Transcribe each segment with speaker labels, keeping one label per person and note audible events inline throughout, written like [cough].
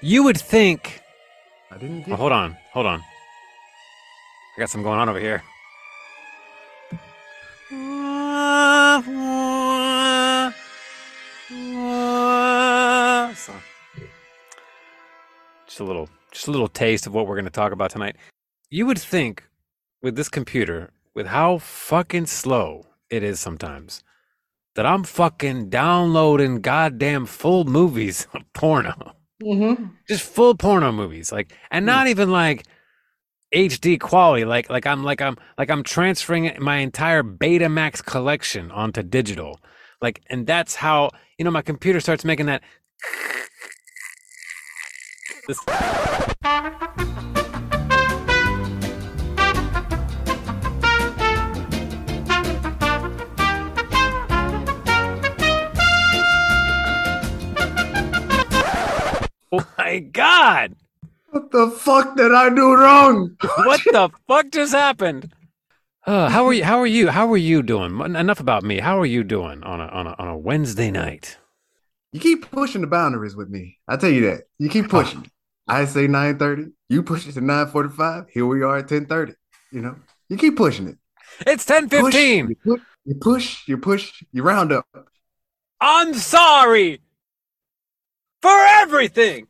Speaker 1: You would think.
Speaker 2: I didn't
Speaker 3: Well,
Speaker 2: get.
Speaker 3: Oh, hold on, hold on. I got something going on over here. So, just a little, just a little taste of what we're going to talk about tonight. You would think, with this computer, with how fucking slow it is sometimes, that I'm fucking downloading goddamn full movies [laughs] of porno
Speaker 4: Mm-hmm.
Speaker 3: just full porno movies like and not even like hd quality like like i'm like i'm like i'm transferring it- my entire betamax collection onto digital like and that's how you know my computer starts making that this, oh my god
Speaker 2: What the fuck did I do wrong?
Speaker 3: what the fuck just happened uh, how are you how are you how are you doing En- enough about me how are you doing on a on a, on a wednesday night
Speaker 2: You keep pushing the boundaries with me. I tell you that. You keep pushing. I say nine thirty. You push it to nine forty-five. Here we are at ten thirty. You know. You keep pushing it.
Speaker 3: it's 10:15
Speaker 2: Push, you, push, you push. You push. You round up.
Speaker 3: i'm sorry for everything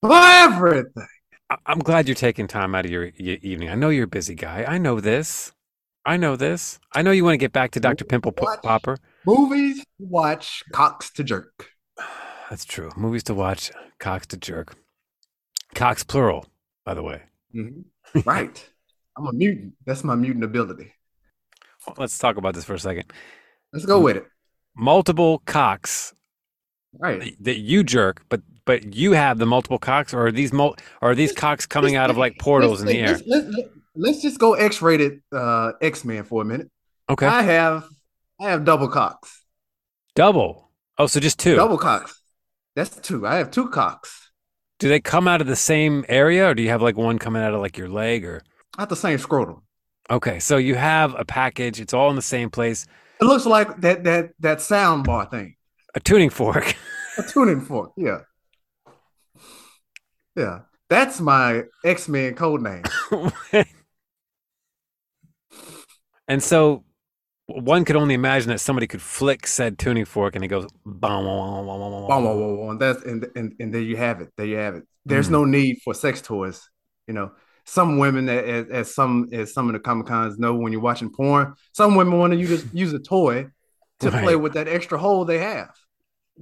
Speaker 2: For everything.
Speaker 3: I- I'm glad you're taking time out of your, your evening. I know you're a busy guy. I know this. I know this. I know you want to get back to Dr. Pimple P-
Speaker 2: Watch.
Speaker 3: Popper.
Speaker 2: Movies to watch. Cocks to jerk.
Speaker 3: That's true. Movies to watch, cocks to jerk. Cocks plural, by the way.
Speaker 2: Mm-hmm. [laughs] Right. I'm a mutant. That's my mutant ability.
Speaker 3: Let's talk about this for a second.
Speaker 2: Let's go with it.
Speaker 3: Multiple cocks
Speaker 2: Right.
Speaker 3: that you jerk, but but you have the multiple cocks or are these mul- or are these cocks coming out of like portals in the air?
Speaker 2: Let's, let's, let's- let's just go X-rated uh, X-Men for a minute.
Speaker 3: Okay.
Speaker 2: I have I have double cocks.
Speaker 3: Double. Oh, so just two.
Speaker 2: Double cocks. That's two. I have two cocks.
Speaker 3: Do they come out of the same area or do you have like one coming out of like your leg or
Speaker 2: Not the same scrotum.
Speaker 3: Okay, so you have a package. It's all in the same place.
Speaker 2: It looks like that that that sound bar thing.
Speaker 3: A tuning fork. [laughs]
Speaker 2: A tuning fork. Yeah. Yeah. That's my X-Men code name.
Speaker 3: and so one could only imagine that somebody could flick said tuning fork and it goes bom, bom, bom, bom, bom, bom,
Speaker 2: Wah,
Speaker 3: bom.
Speaker 2: wah, wah, wah. That's and, and and there you have it. There you have it. There's
Speaker 3: Mm.
Speaker 2: no need for sex toys. You know, some women, a- as, as some as some of the comic cons know, when you're watching porn, some women want to use use a toy to play
Speaker 3: Right.
Speaker 2: with that extra hole they have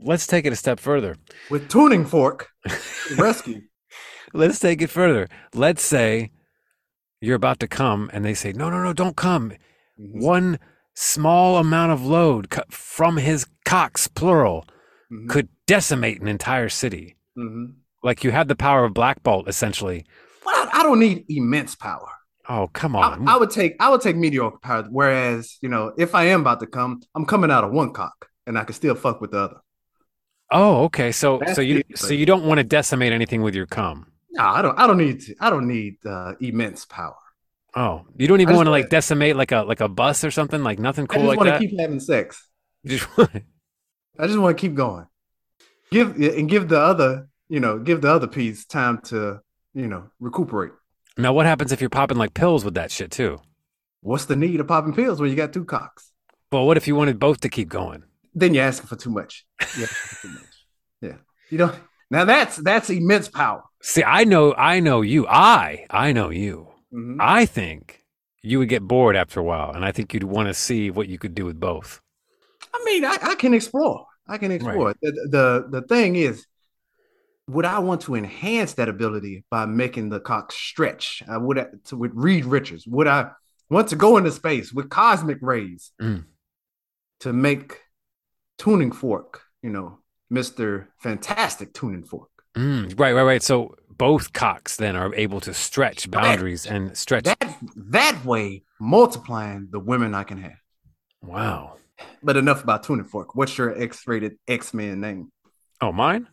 Speaker 3: Let's take it a step further.
Speaker 2: with tuning fork
Speaker 3: [laughs]
Speaker 2: rescue.
Speaker 3: Let's take it further. Let's say you're about to come and they say, "No, no, no, don't come."
Speaker 2: Mm-hmm.
Speaker 3: One small amount of load co- from his cocks plural
Speaker 2: Mhm,
Speaker 3: could decimate an entire city.
Speaker 2: mhm.
Speaker 3: Like you have the power of Black Bolt essentially.
Speaker 2: But I, I don't need immense power.
Speaker 3: Oh, come
Speaker 2: I,
Speaker 3: on.
Speaker 2: I would take I would take mediocre power. Whereas you know, if I am about to come, I'm coming out of one cock, and I can still fuck with the other.
Speaker 3: Oh, okay. So
Speaker 2: That's
Speaker 3: so you
Speaker 2: the
Speaker 3: so
Speaker 2: thing.
Speaker 3: you don't want to decimate anything with your cum.
Speaker 2: No, I don't. I don't need to. I don't need uh, immense power.
Speaker 3: Oh, you don't even
Speaker 2: just
Speaker 3: want to
Speaker 2: wanna-
Speaker 3: like decimate like a like a bus or something like nothing
Speaker 2: I
Speaker 3: cool
Speaker 2: just
Speaker 3: like
Speaker 2: want
Speaker 3: that.
Speaker 2: to keep having sex.
Speaker 3: You just [laughs] wanna-
Speaker 2: I just want to keep going. Give and give the other, you know, give the other piece time to, you know, recuperate.
Speaker 3: now, what happens if you're popping like pills with that shit too?
Speaker 2: What's the need of popping pills when you got two cocks?
Speaker 3: Well, what if you wanted both to keep going?
Speaker 2: Then you're asking for too much. You're asking for too much. Yeah. You know. Now that's that's immense power.
Speaker 3: See, I know, I know you. I I know you.
Speaker 2: Mhm.
Speaker 3: I think you would get bored after a while, and I think you'd want to see what you could do with both.
Speaker 2: I mean, I, I can explore. I can explore. The, the the thing is, would I want to enhance that ability by making the cock stretch? I would uh, to, with Reed Richards. Would I want to go into space with cosmic rays
Speaker 3: Mm.
Speaker 2: to make tuning fork? You know, Mister Fantastic Tuning Fork.
Speaker 3: Mm, right, right, right. So both cocks then are able to stretch boundaries and stretch.
Speaker 2: That that way, multiplying the women I can have.
Speaker 3: wow.
Speaker 2: But enough about tuning fork. What's your X-rated X-Men name?
Speaker 3: Oh, mine.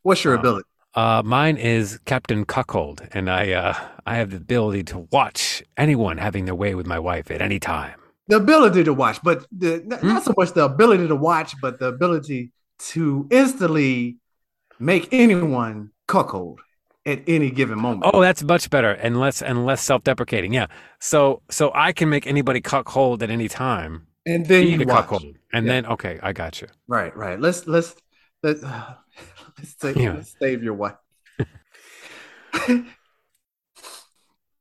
Speaker 2: What's your
Speaker 3: Oh.
Speaker 2: ability?
Speaker 3: Uh, mine is Captain Cuckold, and I uh, I have the ability to watch anyone having their way with my wife at any time.
Speaker 2: the ability to watch, but the, n-
Speaker 3: Hmm?
Speaker 2: not so much the ability to watch, but the ability to instantly make anyone cuckold at any given moment.
Speaker 3: Oh, that's much better and less and less self-deprecating. Yeah. So so I can make anybody cuckold at any time.
Speaker 2: and then
Speaker 3: Be
Speaker 2: you
Speaker 3: the
Speaker 2: watch.
Speaker 3: cuckold. And
Speaker 2: Yeah.
Speaker 3: then okay, I got you.
Speaker 2: Right, right. Let's let's let's [sighs] uh, let's, save,
Speaker 3: Yeah.
Speaker 2: let's save
Speaker 3: [laughs]
Speaker 2: your wife.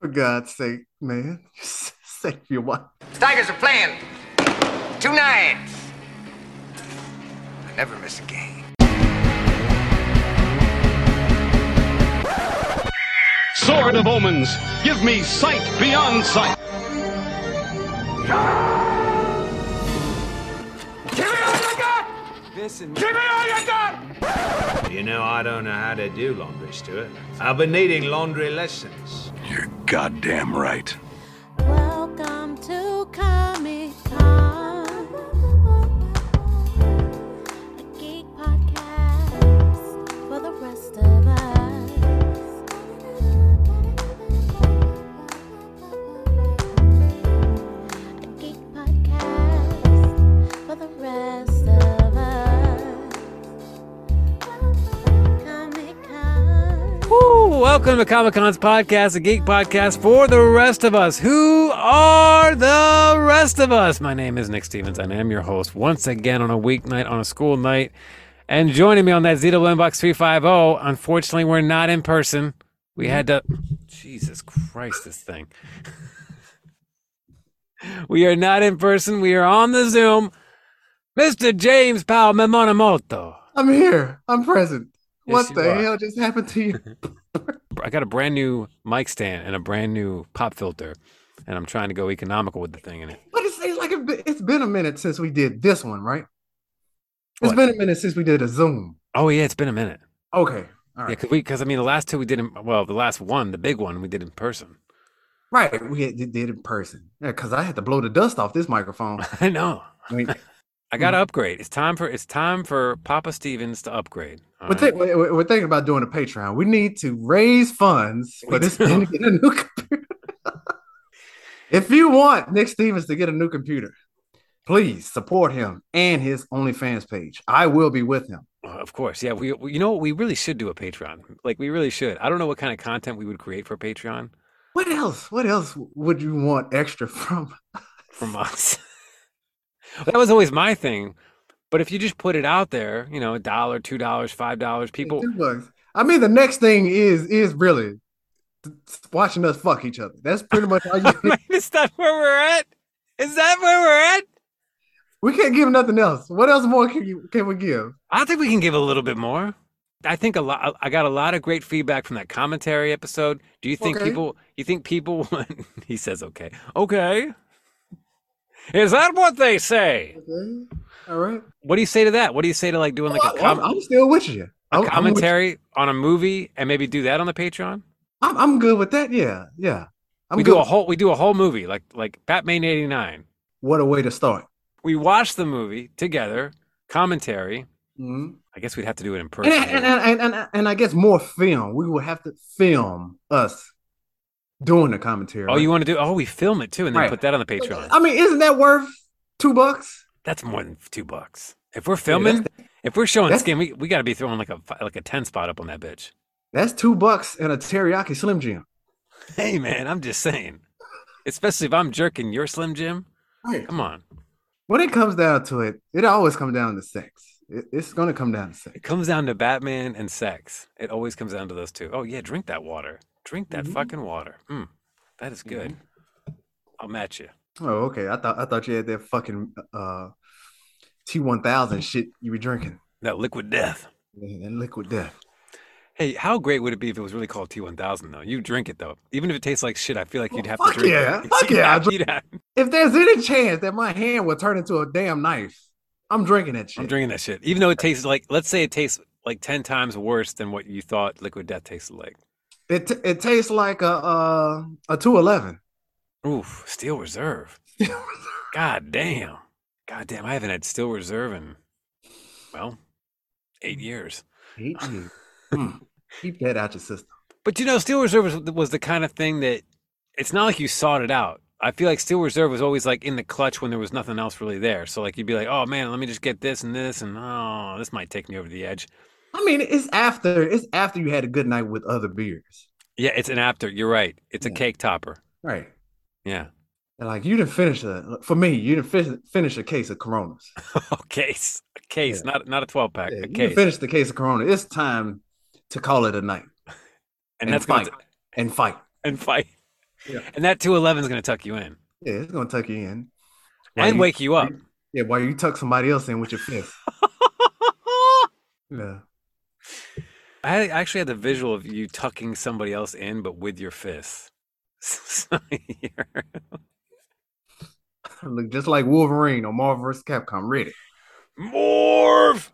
Speaker 2: For God's sake, man, [laughs] save your wife.
Speaker 1: Tigers are playing tonight. I never miss a game.
Speaker 4: Sword of Omens, give me sight beyond sight.
Speaker 5: You know, I don't know how to do laundry, Stuart. I've been needing laundry lessons.
Speaker 6: You're goddamn right.
Speaker 7: Welcome to Comic Con, a geek podcast for the rest of us. A geek podcast for the rest of us. Comic Con.
Speaker 3: Woo! Welcome to Comic Con's podcast, a geek podcast for the rest of us. Who are the rest of us? My name is Nick Stevens, and I am your host once again on a weeknight, on a school night. And joining me on that ZW Inbox 350, unfortunately, we're not in person. We had to. Jesus Christ, this thing. [laughs] we are not in person. We are on the Zoom. Mr. James Powell Memonamoto.
Speaker 2: I'm here. I'm present.
Speaker 3: Yes,
Speaker 2: what
Speaker 3: you
Speaker 2: the
Speaker 3: are.
Speaker 2: hell just happened
Speaker 3: [laughs]
Speaker 2: to you?
Speaker 3: I got a brand new mic stand and a brand new pop filter, and I'm trying to go economical with the thing in it.
Speaker 2: But it's, it's like a bit- it's been a minute since we did this one, right? It's
Speaker 3: What?
Speaker 2: been a minute since we did a Zoom.
Speaker 3: Oh yeah, it's been a minute.
Speaker 2: Okay. All
Speaker 3: Yeah,
Speaker 2: right.
Speaker 3: cause we because I mean the last two we did in well the last one the big one we did in person. [laughs]
Speaker 2: Right. We had- did it in person. Yeah, cuz I had to blow the dust off this microphone.
Speaker 3: I know. [laughs]
Speaker 2: I mean,
Speaker 3: I got to upgrade. It's time for it's time for Papa Stevens to upgrade. Uh, all
Speaker 2: We're,
Speaker 3: right?
Speaker 2: think- we're we're- we're thinking about doing a Patreon. We need to raise funds
Speaker 3: We
Speaker 2: for this
Speaker 3: do.
Speaker 2: man to get a new computer. [laughs] if you want Nick Stevens to get a new computer, please support him and his OnlyFans page. I will be with him.
Speaker 3: Uh, of course, yeah. We, we you know what we really should do a Patreon. Like we really should. I don't know what kind of content we would create for Patreon
Speaker 2: What else? What else would you want extra [laughs] from?
Speaker 3: from us. [laughs] that was always my thing. But if you just put it out there, you know, a dollar, two dollars, five dollars, people
Speaker 2: Two bucks. I mean, the next thing is is really t- watching us fuck each other. That's pretty much
Speaker 3: [laughs]
Speaker 2: all you.
Speaker 3: Man, is that where we're at? Is that where we're at?
Speaker 2: we can't give nothing else. What else more can you can we give?
Speaker 3: I think we can give a little bit more. I think a lot. I got a lot of great feedback from that commentary episode. Do you think
Speaker 2: Okay.
Speaker 3: people? You think people? [laughs] he says, "Okay, okay." Is that what they say?
Speaker 2: Okay. All right.
Speaker 3: What do you say to that? What do you say to like doing like
Speaker 2: Well,
Speaker 3: a,
Speaker 2: I- I'm,
Speaker 3: com-
Speaker 2: I'm still with you.
Speaker 3: a
Speaker 2: I'm- I'm with you.
Speaker 3: commentary on a movie and maybe do that on the Patreon?
Speaker 2: I'm, I'm good with that. Yeah, yeah. I'm
Speaker 3: we
Speaker 2: good.
Speaker 3: do a whole we do a whole movie like like Batman '89.
Speaker 2: what a way to start.
Speaker 3: We watch the movie together, commentary.
Speaker 2: Mhm.
Speaker 3: I guess we'd have to do it in
Speaker 2: And,
Speaker 3: person.
Speaker 2: and, and, and, and, and I guess more film. We would have to film us doing the commentary.
Speaker 3: Oh, you want to do? Oh, we film it too, and then
Speaker 2: Right.
Speaker 3: put that on the Patreon.
Speaker 2: I mean, isn't that worth two bucks?
Speaker 3: That's more than two bucks. If we're filming, if we're showing
Speaker 2: that's-
Speaker 3: skin, we, we got to be throwing like a fi- like a ten spot up on that bitch. [laughs]
Speaker 2: That's two bucks and a teriyaki Slim Jim.
Speaker 3: Hey man, I'm just saying. Especially if I'm jerking your Slim Jim.
Speaker 2: Right.
Speaker 3: Come on,
Speaker 2: When it comes down to it, it always comes down to sex. It, it's going to come down to sex.
Speaker 3: it comes down to Batman and sex. It always comes down to those two. Oh yeah, drink that water. Drink that
Speaker 2: Mm-hmm.
Speaker 3: fucking water. Mm, that is good. I'll match you.
Speaker 2: Oh, okay. I thought I thought you had that fucking uh, T1000 shit you were drinking.
Speaker 3: That liquid death.
Speaker 2: And liquid death.
Speaker 3: Hey, how great would it be if it was really called T1000 though? You drink it though, even if it tastes like shit. I feel like you'd have
Speaker 2: fuck
Speaker 3: to drink. [laughs]
Speaker 2: yeah.
Speaker 3: it.
Speaker 2: Fuck
Speaker 3: You'd
Speaker 2: yeah, I
Speaker 3: have-
Speaker 2: drink-
Speaker 3: you'd have-
Speaker 2: If there's any chance that my hand will turn into a damn knife, I'm drinking that shit.
Speaker 3: I'm drinking that shit. Even though it tastes like, let's say it tastes like 10 times worse than what you thought liquid death tasted like.
Speaker 2: It t- it tastes like a uh, a two eleven.
Speaker 3: Oof, steel reserve. God damn. God damn, I haven't had steel reserve in, well, eight years.
Speaker 2: Hmm. Keep that out your system.
Speaker 3: But you know, steel reserve was, was the kind of thing that it's not like you sought it out. I feel like steel reserve was always like in the clutch when there was nothing else really there. So, like, you'd be like, oh man, let me just get this and this, and oh, this might take me over the edge.
Speaker 2: I mean, it's after it's after you had a good night with other beers,
Speaker 3: Yeah, it's an after. You're right. It's a
Speaker 2: Yeah.
Speaker 3: cake topper.
Speaker 2: right?
Speaker 3: Yeah.
Speaker 2: And like you didn't finish a for me, you didn't finish, finish a case of Coronas.
Speaker 3: [laughs] a case. A case, not not a 12 pack.
Speaker 2: Yeah,
Speaker 3: a
Speaker 2: you didn't
Speaker 3: case.
Speaker 2: finish the case of Corona. It's time to call it a night
Speaker 3: and
Speaker 2: and
Speaker 3: that's going
Speaker 2: fight. and fight.
Speaker 3: and fight.
Speaker 2: Yeah.
Speaker 3: And that 211 is going to tuck you in
Speaker 2: Yeah, it's gonna tuck you in. While
Speaker 3: and
Speaker 2: you-
Speaker 3: wake you up.
Speaker 2: Yeah, while you tuck somebody else in with
Speaker 3: [laughs]
Speaker 2: your fist. yeah.
Speaker 3: I actually had the visual of you tucking somebody else in, but with your fists. [laughs] So you're-
Speaker 2: Look just like Wolverine or Marvel vs. Capcom. Ready.
Speaker 3: Morph.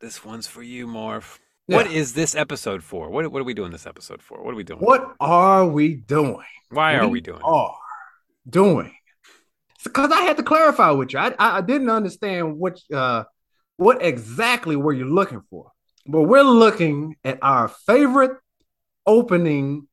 Speaker 3: This one's for you, Morph. What
Speaker 2: Yeah.
Speaker 3: is this episode for? What what are we doing this episode for? What are we doing?
Speaker 2: What are we doing?
Speaker 3: Why are we doing? it?
Speaker 2: Are doing? Because I had to clarify with you. I, I I didn't understand what uh what exactly were you looking for. But we're looking at our favorite opening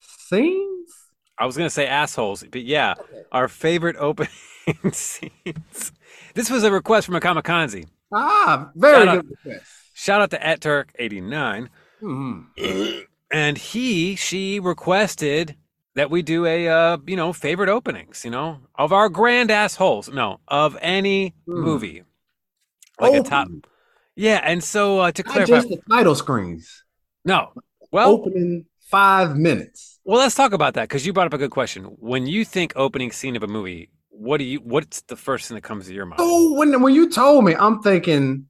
Speaker 2: scenes.
Speaker 3: I was gonna say assholes, but yeah, our favorite opening [laughs] scenes. This was a request from a kamikaze.
Speaker 2: Ah, very
Speaker 3: Shout out.
Speaker 2: good. request.
Speaker 3: Shout out to atturk89,
Speaker 2: Mhm.
Speaker 3: and he she requested that we do a uh, you know favorite openings, you know, of our grand assholes. No, of any
Speaker 2: Hmm.
Speaker 3: movie, like a top.
Speaker 2: Opening.
Speaker 3: Yeah, and so uh, to
Speaker 2: Not
Speaker 3: clarify,
Speaker 2: just Oh. the title screens.
Speaker 3: no. Well,
Speaker 2: Opening five minutes.
Speaker 3: well, let's talk about that because you brought up a good question. When you think opening scene of a movie, what do you? What's the first thing that comes to your mind?
Speaker 2: Oh, when when you told me, I'm thinking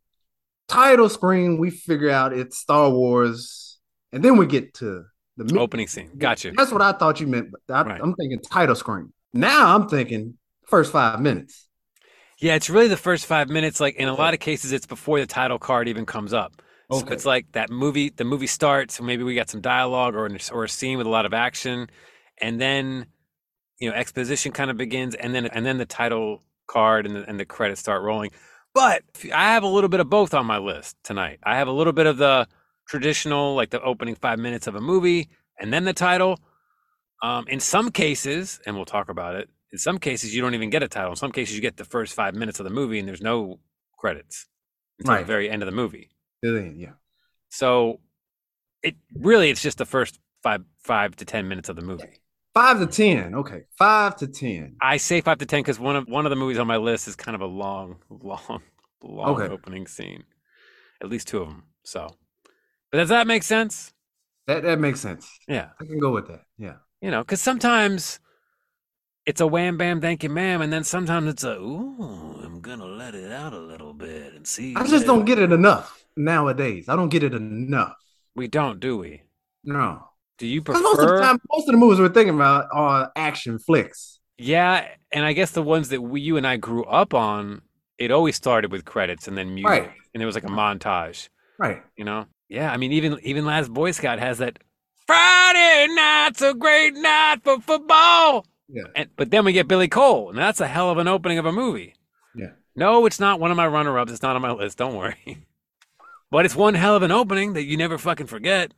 Speaker 2: title screen. We figure out it's Star Wars, and then we get to the mi-
Speaker 3: Opening scene. Gotcha.
Speaker 2: That's what I thought you meant. But I,
Speaker 3: Right.
Speaker 2: I'm thinking title screen. Now I'm thinking first five minutes.
Speaker 3: Yeah, it's really the first five minutes. Like in a lot of cases, it's before the title card even comes up. So
Speaker 2: Okay.
Speaker 3: it's like that movie. The movie starts. and Maybe we got some dialogue or an, or a scene with a lot of action, and then you know exposition kind of begins, and then and then the title card and the, and the credits start rolling. But I have a little bit of both on my list tonight. I have a little bit of the traditional, like the opening five minutes of a movie, and then the title. Um, in some cases, and we'll talk about it, in some cases, you don't even get a title. In some cases, you get the first five minutes of the movie and there's no credits until the
Speaker 2: Right.
Speaker 3: very end of the movie.
Speaker 2: Then, yeah.
Speaker 3: So it really, it's just the first five, five to 10 minutes of the movie.
Speaker 2: Five to ten. Okay. Five to ten.
Speaker 3: I say five to 10 because one of, one of the movies on my list is kind of a long, [laughs] long, long
Speaker 2: Okay.
Speaker 3: opening scene, at least two of them. So, but does that make sense?
Speaker 2: That that makes sense.
Speaker 3: Yeah.
Speaker 2: I can go with that. Yeah.
Speaker 3: You know, because sometimes it's a wham bam thank you ma'am, and then sometimes it's a ooh, I'm gonna let it out a little bit and see.
Speaker 2: I
Speaker 3: if
Speaker 2: just
Speaker 3: it-"
Speaker 2: don't get it enough nowadays. I don't get it enough.
Speaker 3: We don't, do we?
Speaker 2: No.
Speaker 3: Do you
Speaker 2: Because most of the
Speaker 3: prefer?
Speaker 2: time, most of the movies we're thinking about are action flicks.
Speaker 3: yeah, and I guess the ones that we, you and I grew up on, it always started with credits and then music,
Speaker 2: Right. Uh-huh.
Speaker 3: and there was like a montage.
Speaker 2: Right.
Speaker 3: You know? Yeah, I mean, even even Last Boy Scout has that Friday night's a great night for football.
Speaker 2: Yeah.
Speaker 3: And but then we get Billy Cole, and that's a hell of an opening of a movie.
Speaker 2: Yeah.
Speaker 3: No, it's not one of my runner ups. It's not on my list. Don't worry. [laughs] But it's one hell of an opening that you never fucking forget,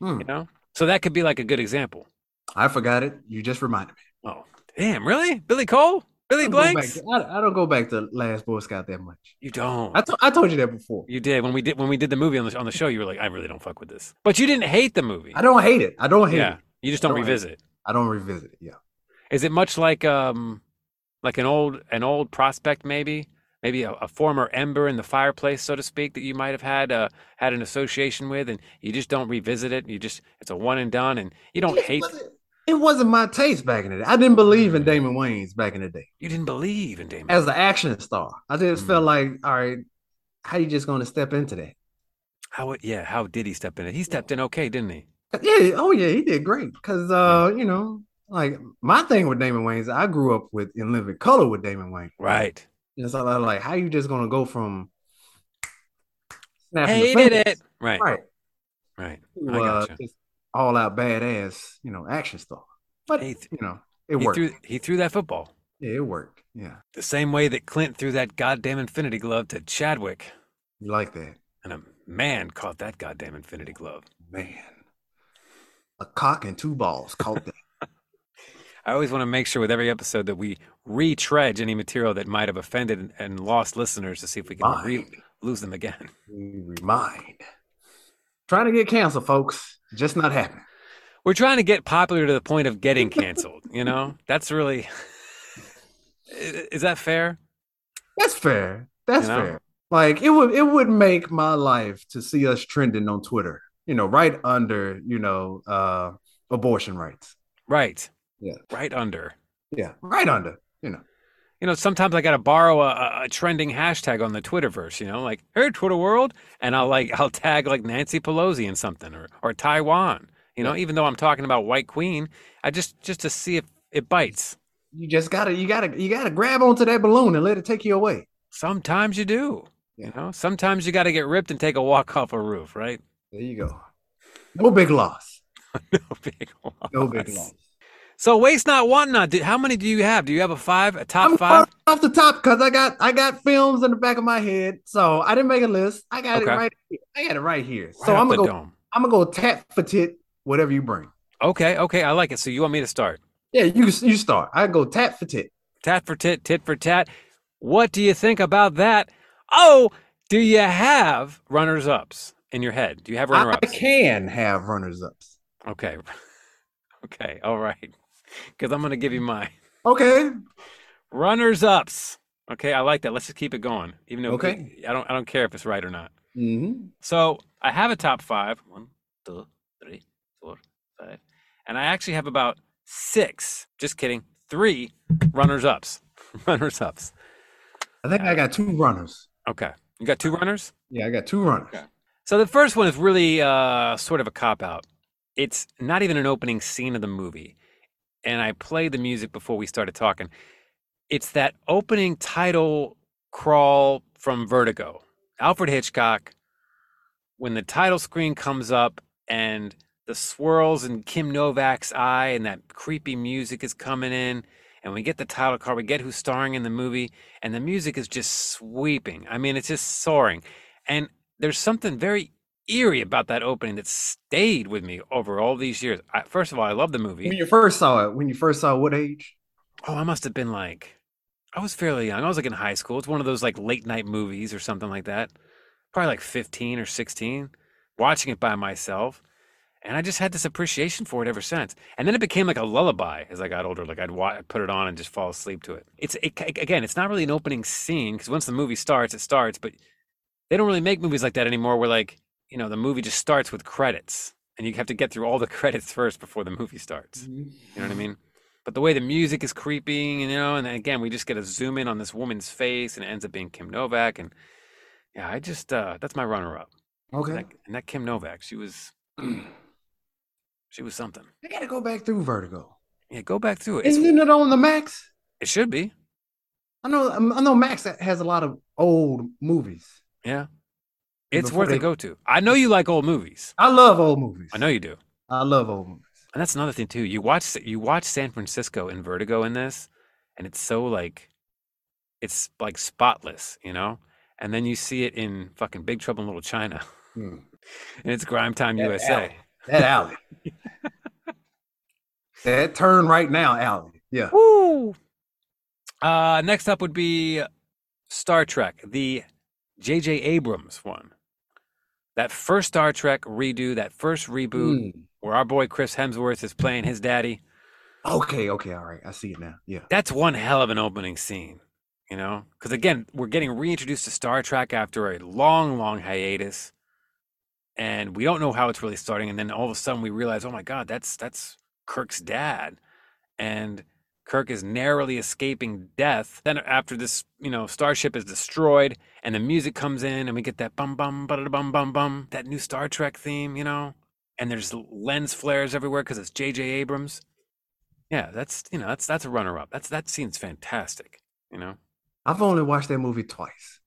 Speaker 2: Hmm.
Speaker 3: you know? So that could be like a good example.
Speaker 2: I forgot it. You just reminded me.
Speaker 3: Oh, damn, really? Billy Cole?
Speaker 2: I
Speaker 3: Billy
Speaker 2: don't, go back
Speaker 3: Blanks?
Speaker 2: to, I, I don't go back to Last Boy Scout that much.
Speaker 3: You don't.
Speaker 2: I, to, I told you that before.
Speaker 3: you did when we did when we did the movie on the on the show. You were like, I really don't fuck with this, but you didn't hate the movie.
Speaker 2: I don't hate it. I don't hate
Speaker 3: yeah,
Speaker 2: it.
Speaker 3: you just
Speaker 2: I
Speaker 3: don't,
Speaker 2: don't hate it.
Speaker 3: revisit.
Speaker 2: I don't revisit it. Yeah.
Speaker 3: Is it much like um like an old an old prospect maybe? Maybe a, a former ember in the fireplace, so to speak, that you might have had uh, had an association with, and you just don't revisit it. You just it's a one and done, and you don't hate. Mm.
Speaker 2: wasn't- It wasn't my taste back in the day. I didn't believe in Damon Wayans back in the day
Speaker 3: You didn't believe in Damon.
Speaker 2: as an action star. I just
Speaker 3: Mm.
Speaker 2: felt like, all right, how you just going to step into that?
Speaker 3: How it- yeah? How did he step in it? He stepped in okay, didn't he?
Speaker 2: Yeah. Oh yeah, he did great. Cause uh, you know, like my thing with Damon Wayans, I grew up with in living color with Damon Wayans.
Speaker 3: Right.
Speaker 2: And so I'm like, how you just gonna go from snapping your
Speaker 3: Hated
Speaker 2: fingers,
Speaker 3: it. Right.
Speaker 2: right
Speaker 3: Right.
Speaker 2: to,
Speaker 3: I
Speaker 2: uh,
Speaker 3: gotcha.
Speaker 2: just all out badass, you know, action stuff. But
Speaker 3: He th-
Speaker 2: you know, it
Speaker 3: He
Speaker 2: worked.
Speaker 3: threw he threw that football
Speaker 2: yeah, it worked. Yeah,
Speaker 3: the same way that Clint threw that goddamn Infinity Glove to Chadwick,
Speaker 2: you like that,
Speaker 3: and a man caught that goddamn Infinity Glove.
Speaker 2: man. A cock and two balls
Speaker 3: [laughs]
Speaker 2: caught that.
Speaker 3: I always want to make sure with every episode that we retread any material that might have offended and- and lost listeners to see if we can re-
Speaker 2: Fine.
Speaker 3: lose them again. [laughs]
Speaker 2: We remind. Trying to get canceled, folks. Just not happening.
Speaker 3: We're trying to get popular to the point of getting canceled. You know, that's really. [laughs] I- Is that fair?
Speaker 2: That's fair. That's
Speaker 3: You know?
Speaker 2: fair. Like it would it would make my life to see us trending on Twitter, you know, right under, you know, uh abortion rights.
Speaker 3: Right.
Speaker 2: Yeah.
Speaker 3: Right under.
Speaker 2: Yeah. Right under, you know.
Speaker 3: You know, sometimes I gotta borrow a, a- a trending hashtag on the Twitterverse. You know, like "Hey Twitter World," and I'll like I'll tag like Nancy Pelosi in something or or Taiwan. You know, even though I'm talking about White Queen, I just just to see if it bites.
Speaker 2: You just gotta you gotta you gotta grab onto that balloon and let it take you away.
Speaker 3: Sometimes you do.
Speaker 2: Yeah.
Speaker 3: You know, sometimes you got to get ripped and take a walk [laughs] off a roof, right?
Speaker 2: There you go. No big loss.
Speaker 3: no big loss.
Speaker 2: No big loss.
Speaker 3: So waste not, want not. Do- How many do you have? Do you have a five, a top
Speaker 2: I'm
Speaker 3: five?
Speaker 2: five off the top because I got I got films in the back of my head. So I didn't make a list. I got
Speaker 3: Okay.
Speaker 2: it right here. I got it right here.
Speaker 3: Right
Speaker 2: [laughs] So
Speaker 3: off
Speaker 2: I'm
Speaker 3: the
Speaker 2: gonna go
Speaker 3: dome.
Speaker 2: I'm gonna go tat for tit, whatever you bring.
Speaker 3: Okay, okay, I like it. So you want me to start?
Speaker 2: Yeah, you you start. I go tat for tit.
Speaker 3: Tat for tit, tit for tat. What do you think about that? Oh, do you have runners ups in your head? Do you have runner
Speaker 2: I, I
Speaker 3: ups?
Speaker 2: can have runners ups.
Speaker 3: Okay, [laughs] okay, all right. [laughs] Because I'm gonna give you mine.
Speaker 2: Okay.
Speaker 3: Runners ups. Okay, I like that. Let's just keep it going, even though
Speaker 2: Okay.
Speaker 3: I don't. I don't care if it's right or not.
Speaker 2: hmm
Speaker 3: Mm-hmm. So I have a top five. One, two, three, four, five. And I actually have about six, just kidding, three runners [laughs] ups. runners ups.
Speaker 2: I think I got two runners.
Speaker 3: Okay. You got two runners?
Speaker 2: Yeah, I got two runners.
Speaker 3: Okay. So the first one is really uh, sort of a cop out. It's not even an opening scene of the movie. And I played the music before we started talking. It's that opening title crawl from Vertigo, Alfred Hitchcock, when the title screen comes up and the swirls in Kim Novak's eye and that creepy music is coming in. And we get the title card, we get who's starring in the movie, and the music is just sweeping. I mean, it's just soaring. And there's something very eerie about that opening that stayed with me over all these years. I, first of all, I love the movie.
Speaker 2: When you first saw it, when you first saw it, what age?
Speaker 3: Oh, I must have been like, I was fairly young. I was like in high school. It's one of those like late night movies or something like that. Probably like 15 or 16, watching it by myself. And I just had this appreciation for it ever since. And then it became like a lullaby as I got older. Like I'd wa- put it on and just fall asleep to it. It's it, a- again, it's not really an opening scene because once the movie starts, it starts. But they don't really make movies like that anymore. Where like you know the movie just starts with credits, and you have to get through all the [laughs] credits first before the movie starts. You know what I mean? But the way the music is creeping, you know, and then again, we just get a zoom in on this woman's face and it ends up being Kim Novak. And yeah, I just, uh, that's my runner up.
Speaker 2: Okay.
Speaker 3: And, that, and that Kim Novak, she
Speaker 2: [clears throat]
Speaker 3: was, she was something.
Speaker 2: I gotta go back through Vertigo.
Speaker 3: Yeah, go back through it. It's-
Speaker 2: Isn't it on the Max?
Speaker 3: it should be.
Speaker 2: I know I know Max has a lot of old movies.
Speaker 3: Yeah. It's
Speaker 2: Before
Speaker 3: worth a
Speaker 2: they-
Speaker 3: go to. I know you like old movies.
Speaker 2: I love old movies.
Speaker 3: I know you do.
Speaker 2: I love old movies.
Speaker 3: And that's another thing too. You watch Sa- you watch San Francisco in Vertigo in this, and it's so like, it's like spotless, you know. And then you see it in fucking Big Trouble in Little China,
Speaker 2: Hmm.
Speaker 3: [laughs] and it's Grime Time
Speaker 2: Yeah,
Speaker 3: USA.
Speaker 2: alley.
Speaker 3: [laughs]
Speaker 2: That alley. that turn right now, alley. Yeah.
Speaker 3: Woo! Uh, next up would be Star Trek, the J.J. Abrams one. That first Star Trek redo, that first reboot,
Speaker 2: Hmm.
Speaker 3: where our boy Chris Hemsworth is playing his daddy.
Speaker 2: Okay, okay, all right. I see it now. Yeah.
Speaker 3: that's one hell of an opening scene, you know? Because again, we're getting reintroduced to Star Trek after a long, long hiatus, and we don't know how it's really starting. And then all of a sudden, we realize, oh my God, that's that's Kirk's dad, and Kirk is narrowly escaping death. Then after this, you know, starship is destroyed, and the music comes in, and we get that bum bum ba bum bum bum, that new Star Trek theme, you know? And there's lens flares everywhere because it's J.J. Abrams. Yeah, that's you know that's that's a runner up. That's that scene's fantastic. You know,
Speaker 2: I've only watched that movie twice,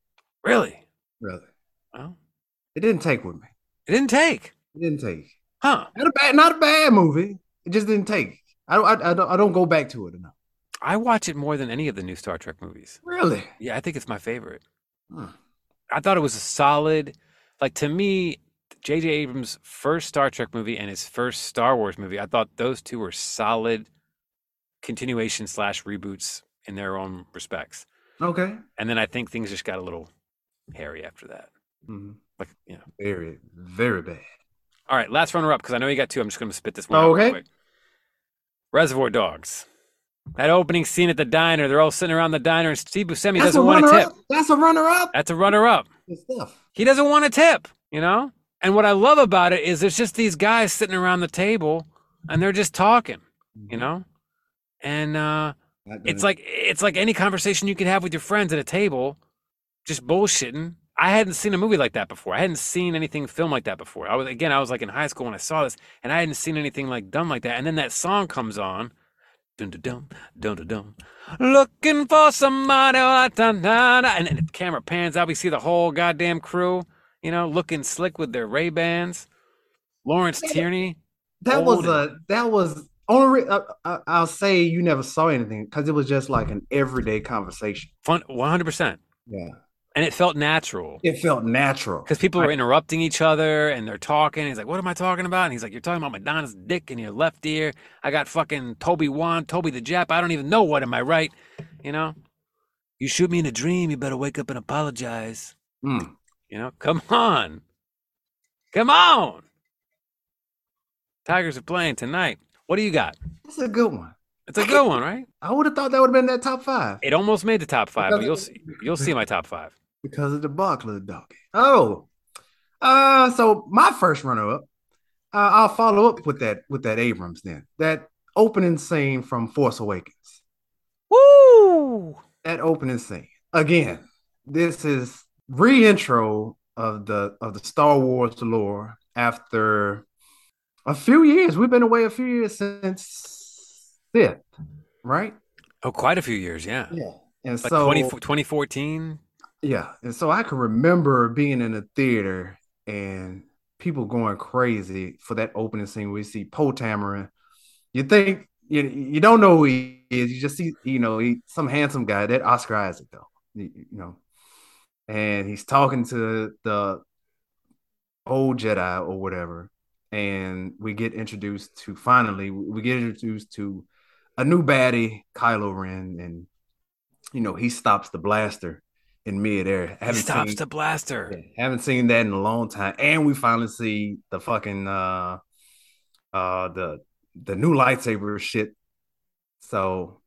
Speaker 3: really.
Speaker 2: really.
Speaker 3: Well,
Speaker 2: It didn't take with me.
Speaker 3: it didn't take,
Speaker 2: It didn't take.
Speaker 3: huh?
Speaker 2: Not a bad, not a bad movie. It just didn't take. I don't, I, I don't, I don't go back to it enough.
Speaker 3: I watch it more than any of the new Star Trek movies.
Speaker 2: Really?
Speaker 3: Yeah, I think it's my favorite.
Speaker 2: Hmm.
Speaker 3: I thought it was a solid, like to me, J.J. Abrams' first Star Trek movie and his first Star Wars movie. I thought those two were solid continuation slash reboots in their own respects.
Speaker 2: Okay.
Speaker 3: And then I think things just got a little hairy after that.
Speaker 2: Mhm.
Speaker 3: Like, you know.
Speaker 2: Very, very bad.
Speaker 3: All right, last runner up because I know you got two. I'm just going to spit this one. out real
Speaker 2: Okay.
Speaker 3: quick. Reservoir Dogs. That opening scene at the diner. They're all sitting around the diner, and Steve Buscemi
Speaker 2: That's a
Speaker 3: doesn't want
Speaker 2: runner
Speaker 3: to tip.
Speaker 2: up. That's a runner up.
Speaker 3: That's a runner up.
Speaker 2: Good stuff.
Speaker 3: He doesn't want to tip, you know? And what I love about it is it's just these guys sitting around the table and they're just talking,
Speaker 2: Mm-hmm.
Speaker 3: you know? And uh,
Speaker 2: That
Speaker 3: it's
Speaker 2: doesn't-
Speaker 3: like it's like any conversation you can have with your friends at a table, just bullshitting. I hadn't seen a movie like that before. I hadn't seen anything filmed like that before. I was again, I was like in high school when I saw this, and I hadn't seen anything like done like that. And then that song comes on, dun dun dun dun dun dun, looking for somebody, la, da, da, da. and then the camera pans out. We see the whole goddamn crew, you know, looking slick with their Ray Bans. Lawrence Tierney,
Speaker 2: that was
Speaker 3: old
Speaker 2: a that was only. re- Uh, uh, I'll say you never saw anything because it was just like an everyday conversation.
Speaker 3: fun, one hundred percent,
Speaker 2: Yeah,
Speaker 3: and it felt natural.
Speaker 2: it felt natural.
Speaker 3: because people were interrupting each other and they're talking. He's like, "What am I talking about?" And he's like, "You're talking about Madonna's dick in your left ear. I got fucking Toby Wan, Toby the Jap. I don't even know what am I right, you know? You shoot me in a dream. You better wake up and apologize.
Speaker 2: Mm.
Speaker 3: You know? Come on, come on. Tigers are playing tonight. What do you got?
Speaker 2: That's a good one.
Speaker 3: It's a good one, right?
Speaker 2: I would have thought that would have been that top five
Speaker 3: It almost made the top five, but you'll
Speaker 2: Because-
Speaker 3: see. You'll see my top five.
Speaker 2: because of the Barclay dog. Oh, uh, so my first runner up. Uh, I'll follow up with that with that Abrams then. That opening scene from Force Awakens.
Speaker 3: Woo!
Speaker 2: that opening scene again this is reintro of the of the star wars lore after a few years we've been away a few years since fifth right
Speaker 3: Oh, quite a few years, yeah.
Speaker 2: yeah and
Speaker 3: Like
Speaker 2: so
Speaker 3: 20, 2014,
Speaker 2: yeah and so i can remember being in a theater and people going crazy for that opening scene we see poe Dameron. you think you, you don't know who he is you just see you know he, some handsome guy that oscar isaac though you, you know and he's talking to the old jedi or whatever and we get introduced to finally we get introduced to a new baddie kylo ren and you know he stops the blaster in midair
Speaker 3: He
Speaker 2: Haven't
Speaker 3: stops
Speaker 2: seen-
Speaker 3: the blaster.
Speaker 2: yeah, haven't seen that in a long time. And we finally see the fucking uh uh the the new lightsaber shit. So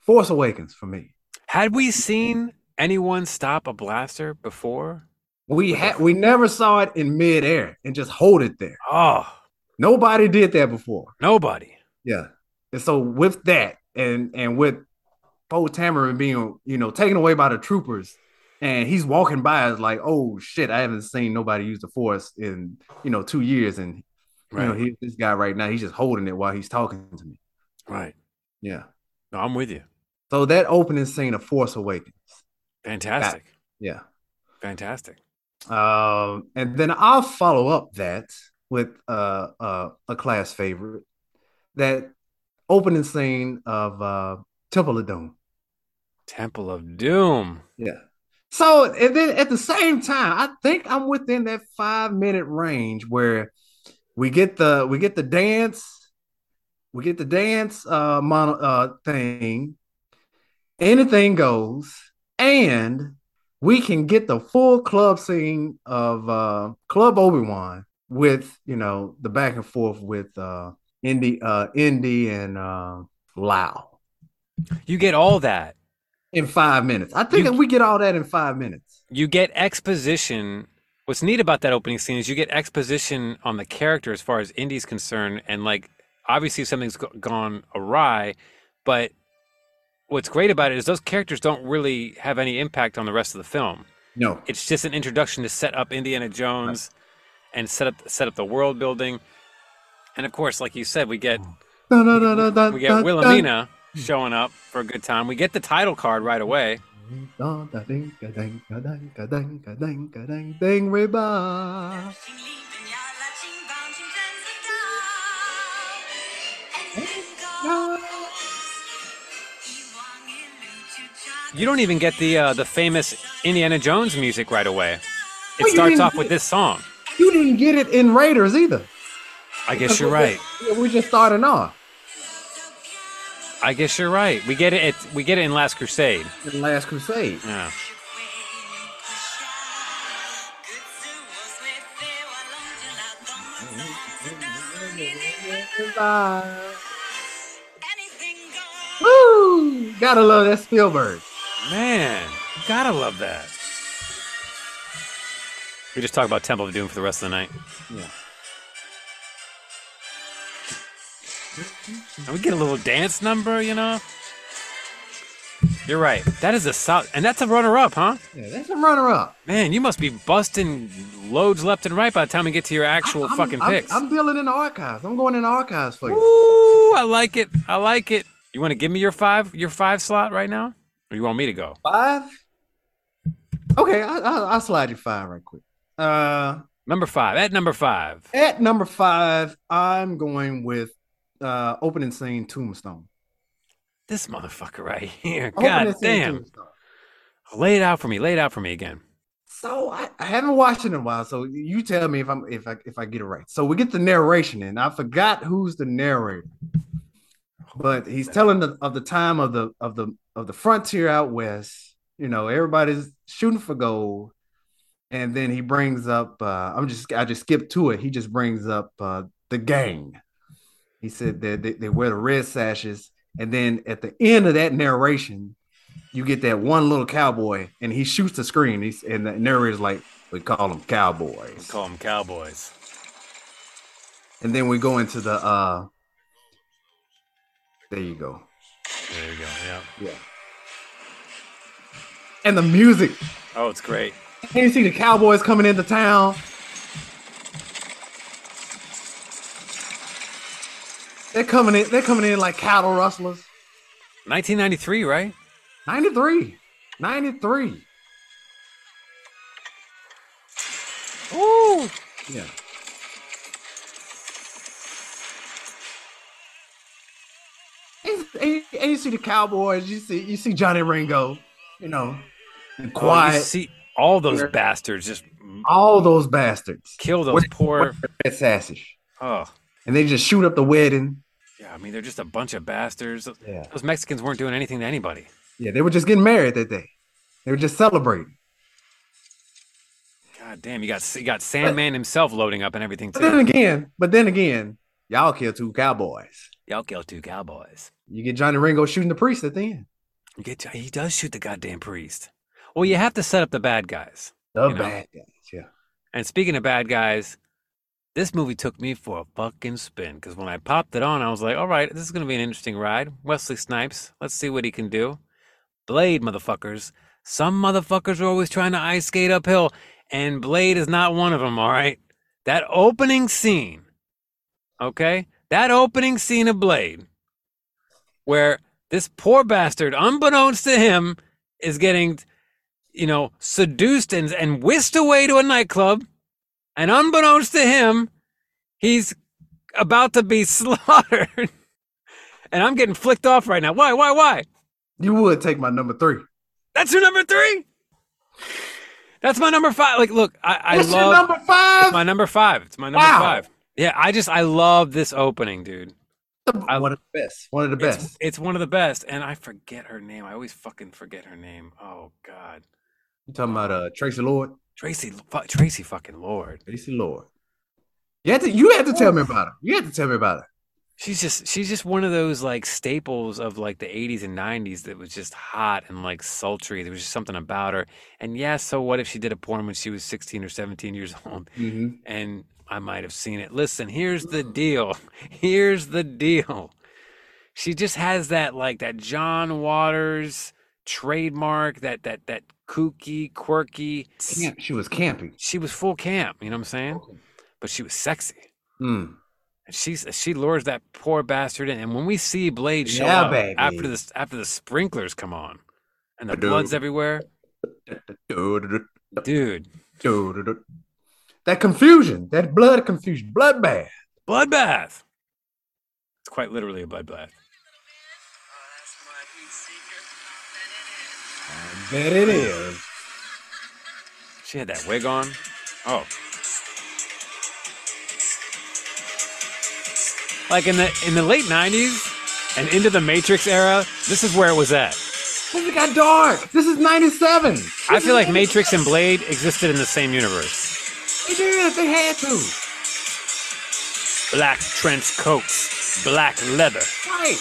Speaker 2: Force Awakens for me.
Speaker 3: Had we seen anyone stop a blaster before?
Speaker 2: We had we never saw it in midair and just hold it there.
Speaker 3: Oh,
Speaker 2: Nobody did that before.
Speaker 3: nobody.
Speaker 2: Yeah. And so with that and and with Poe Tamarin being, you know, taken away by the troopers and he's walking by as like, oh shit, I haven't seen nobody use the force in, you know, two years and
Speaker 3: Right.
Speaker 2: You know, here's this guy right now. He's just holding it while he's talking to me.
Speaker 3: right.
Speaker 2: Yeah.
Speaker 3: No, I'm with you.
Speaker 2: So that opening scene of Force Awakens.
Speaker 3: Fantastic.
Speaker 2: Yeah.
Speaker 3: Fantastic.
Speaker 2: Um, and then I'll follow up that with uh, uh, a class favorite, that opening scene of uh, Temple of Doom.
Speaker 3: Temple of Doom.
Speaker 2: Yeah. So and then at the same time, I think I'm within that five minute range where we get the we get the dance, we get the dance uh mono uh thing, anything goes, and we can get the full club scene of uh Club Obi-Wan with you know the back and forth with uh Indy uh Indy and uh Lau
Speaker 3: You get all that.
Speaker 2: in five minutes. I think
Speaker 3: You-
Speaker 2: that we get all that in five minutes.
Speaker 3: You get exposition. What's neat about that opening scene is you get exposition on the character as far as Indy's concerned. And like, obviously, something's go- gone awry. But what's great about it is those characters don't really have any impact on the rest of the film.
Speaker 2: No.
Speaker 3: it's just an introduction to set up Indiana Jones and set up set up the world building. And of course, like you said, we get
Speaker 2: Dun, dun, dun, dun, dun,
Speaker 3: we
Speaker 2: dun,
Speaker 3: get Wilhelmina showing up for a good time. We get the title card right away.
Speaker 2: dun, dun, ding, ga, ding, ga, ding, ga, ding, ga, ding, ga, ding, ding, reba.
Speaker 3: You don't even get the uh, the famous Indiana Jones music right away. It
Speaker 2: Well, you
Speaker 3: starts
Speaker 2: didn't
Speaker 3: off
Speaker 2: get-
Speaker 3: with this song.
Speaker 2: You didn't get it in Raiders either.
Speaker 3: I guess
Speaker 2: [laughs]
Speaker 3: you're right.
Speaker 2: Yeah, We're just starting off
Speaker 3: I guess you're right. We get it. At, we get it in Last Crusade.
Speaker 2: in Last Crusade.
Speaker 3: Yeah.
Speaker 2: Bye. Woo! Gotta love that Spielberg.
Speaker 3: Man, gotta love that. We just talk about Temple of Doom for the rest of the night.
Speaker 2: Yeah.
Speaker 3: And we get a little dance number, you know? You're right. That is a solid, and that's a runner up, huh?
Speaker 2: Yeah, that's a runner up.
Speaker 3: Man, you must be busting loads left and right by the time we get to your actual
Speaker 2: I'm-
Speaker 3: fucking
Speaker 2: I'm,
Speaker 3: picks.
Speaker 2: I'm, dealing in the archives. I'm going in the archives for you.
Speaker 3: Ooh, I like it. I like it. You want to give me your five, your five slot right now, or you want me to go?
Speaker 2: Five. Okay, I, I, I'll slide you five right quick. Uh,
Speaker 3: Number five. At number five.
Speaker 2: at number five, I'm going with uh opening scene Tombstone.
Speaker 3: This motherfucker right [laughs] here.
Speaker 2: Opening
Speaker 3: God
Speaker 2: scene,
Speaker 3: damn.
Speaker 2: Tombstone.
Speaker 3: Lay it out for me. Lay it out for me again.
Speaker 2: So I, I haven't watched it in a while. So you tell me if I'm if I if I get it right. So we get the narration in. I forgot who's the narrator, but he's telling the, of the time of the of the of the frontier out west. You know, everybody's shooting for gold, and then he brings up. Uh, I'm just I just skipped to it. He just brings up uh, the gang. He said that they, they wear the red sashes, and then at the end of that narration, you get that one little cowboy and he shoots the screen. He's and the narrator's like, we call them
Speaker 3: We
Speaker 2: cowboys.
Speaker 3: call them cowboys.
Speaker 2: And then we go into the uh there you go.
Speaker 3: There you go. Yeah.
Speaker 2: Yeah. And the music.
Speaker 3: Oh, it's great.
Speaker 2: And you see the cowboys coming into town. They're coming in, they're coming in like cattle rustlers.
Speaker 3: 1993, right?
Speaker 2: 93. 93.
Speaker 3: Ooh.
Speaker 2: Yeah. And, and- and you see the Cowboys, you see you see Johnny Ringo, you know, and
Speaker 3: Why?
Speaker 2: quiet.
Speaker 3: see all those bastards just
Speaker 2: all those bastards.
Speaker 3: kill those
Speaker 2: What-
Speaker 3: poor.
Speaker 2: Red Sasses.
Speaker 3: Oh,
Speaker 2: And they just shoot up the wedding.
Speaker 3: yeah. I mean, they're just a bunch of bastards.
Speaker 2: Yeah.
Speaker 3: Those Mexicans weren't doing anything to anybody.
Speaker 2: Yeah, they were just getting married that day. They were just celebrating.
Speaker 3: God damn, you got you got Sandman himself loading up and everything
Speaker 2: But then
Speaker 3: too.
Speaker 2: again, but then again, y'all kill two cowboys.
Speaker 3: Y'all kill two cowboys.
Speaker 2: You get Johnny Ringo shooting the priest at the end.
Speaker 3: You get to- he does shoot the goddamn priest. Well, you have to set up the bad guys.
Speaker 2: The
Speaker 3: You know.
Speaker 2: bad guys, yeah.
Speaker 3: And speaking of bad guys, this movie took me for a fucking spin because when I popped it on, I was like, all right, this is going to be an interesting ride. Wesley Snipes, let's see what he can do. Blade, motherfuckers. Some motherfuckers are always trying to ice skate uphill, and Blade is not one of them, all right? That opening scene, okay? That opening scene of Blade, where this poor bastard, unbeknownst to him, is getting you know, seduced and, and whisked away to a nightclub. And unbeknownst to him, he's about to be [laughs] slaughtered. and I'm getting flicked off right now. Why, why, why?
Speaker 2: You would take my number three.
Speaker 3: That's your number three? That's my number five. Like, look, I, I
Speaker 2: That's
Speaker 3: love
Speaker 2: your number five.
Speaker 3: it's my number five. It's my number
Speaker 2: Wow.
Speaker 3: five. Yeah, I just I love this opening, dude. I-
Speaker 2: one of the best. One of the best.
Speaker 3: It's, it's one of the best. And I forget her name. I always fucking forget her name. Oh God.
Speaker 2: You talking about uh Tracy Lord?
Speaker 3: Tracy fu- Tracy fucking Lord.
Speaker 2: Tracy Lord. You had to you had to tell me about her. You had to tell me about her.
Speaker 3: She's just she's just one of those like staples of like the 80s and 90s that was just hot and like sultry. There was just something about her. And yeah, so what if she did a porn when she was 16 or 17 years [laughs] old and I might have seen it. Listen, here's the deal. [laughs] Here's the deal. She just has that like that John Waters trademark, that that that kooky, quirky.
Speaker 2: Camp- She was camping.
Speaker 3: She was full camp, you know what I'm saying? But she was sexy.
Speaker 2: Mm.
Speaker 3: And she's she lures that poor bastard in. And when we see Blade show
Speaker 2: Yeah,
Speaker 3: up after
Speaker 2: baby.
Speaker 3: the after the sprinklers come on and the
Speaker 2: Ba-doo.
Speaker 3: blood's everywhere,
Speaker 2: Du-du-du-du,
Speaker 3: dude,
Speaker 2: du-du-du. That confusion, that blood confusion, bloodbath.
Speaker 3: bloodbath. It's quite literally a bloodbath.
Speaker 2: That it is.
Speaker 3: She had that wig on. Oh. Like in the in the late 90s and into the Matrix era, this is where it was at.
Speaker 2: This it got dark. This is 97.
Speaker 3: I feel like Matrix and Blade existed in the same universe.
Speaker 2: They did. They had to.
Speaker 3: black trench coats, black leather.
Speaker 2: Right.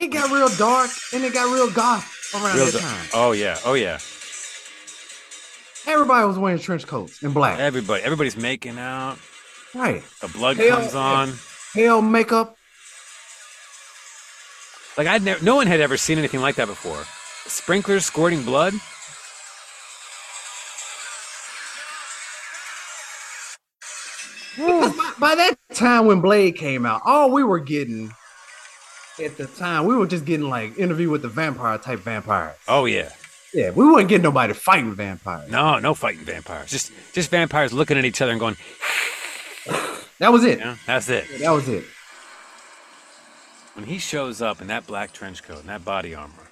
Speaker 2: It got real dark and it got real goth around
Speaker 3: Real
Speaker 2: that
Speaker 3: d-
Speaker 2: time.
Speaker 3: oh yeah, oh yeah.
Speaker 2: Everybody was wearing trench coats and black.
Speaker 3: Everybody, everybody's making out.
Speaker 2: Right.
Speaker 3: The blood
Speaker 2: Hell
Speaker 3: comes
Speaker 2: yeah.
Speaker 3: on.
Speaker 2: Hell makeup.
Speaker 3: Like I'd never, no one had ever seen anything like that before. Sprinklers squirting blood.
Speaker 2: Because by, by that time when Blade came out, all we were getting at the time, we were just getting like interview with the vampire type vampires.
Speaker 3: Oh yeah.
Speaker 2: Yeah, we weren't getting nobody fighting vampires.
Speaker 3: No, no fighting vampires. Just, just vampires looking at each other and going,
Speaker 2: That was it.
Speaker 3: yeah, that's it.
Speaker 2: That was it.
Speaker 3: When he shows up in that black trench coat and that body armor,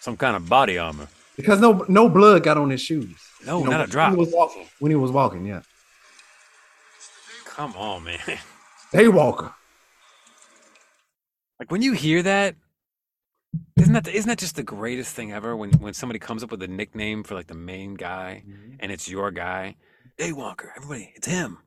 Speaker 3: some kind of body armor.
Speaker 2: Because no no blood got on his shoes.
Speaker 3: No,
Speaker 2: You know,
Speaker 3: not a drop.
Speaker 2: When he was walking. When he was walking, yeah.
Speaker 3: Come on, man. [laughs]
Speaker 2: Daywalker.
Speaker 3: Like when you hear that, isn't that the, isn't that just the greatest thing ever? When when somebody comes up with a nickname for like the main guy, and it's your guy, Daywalker. Everybody, it's him.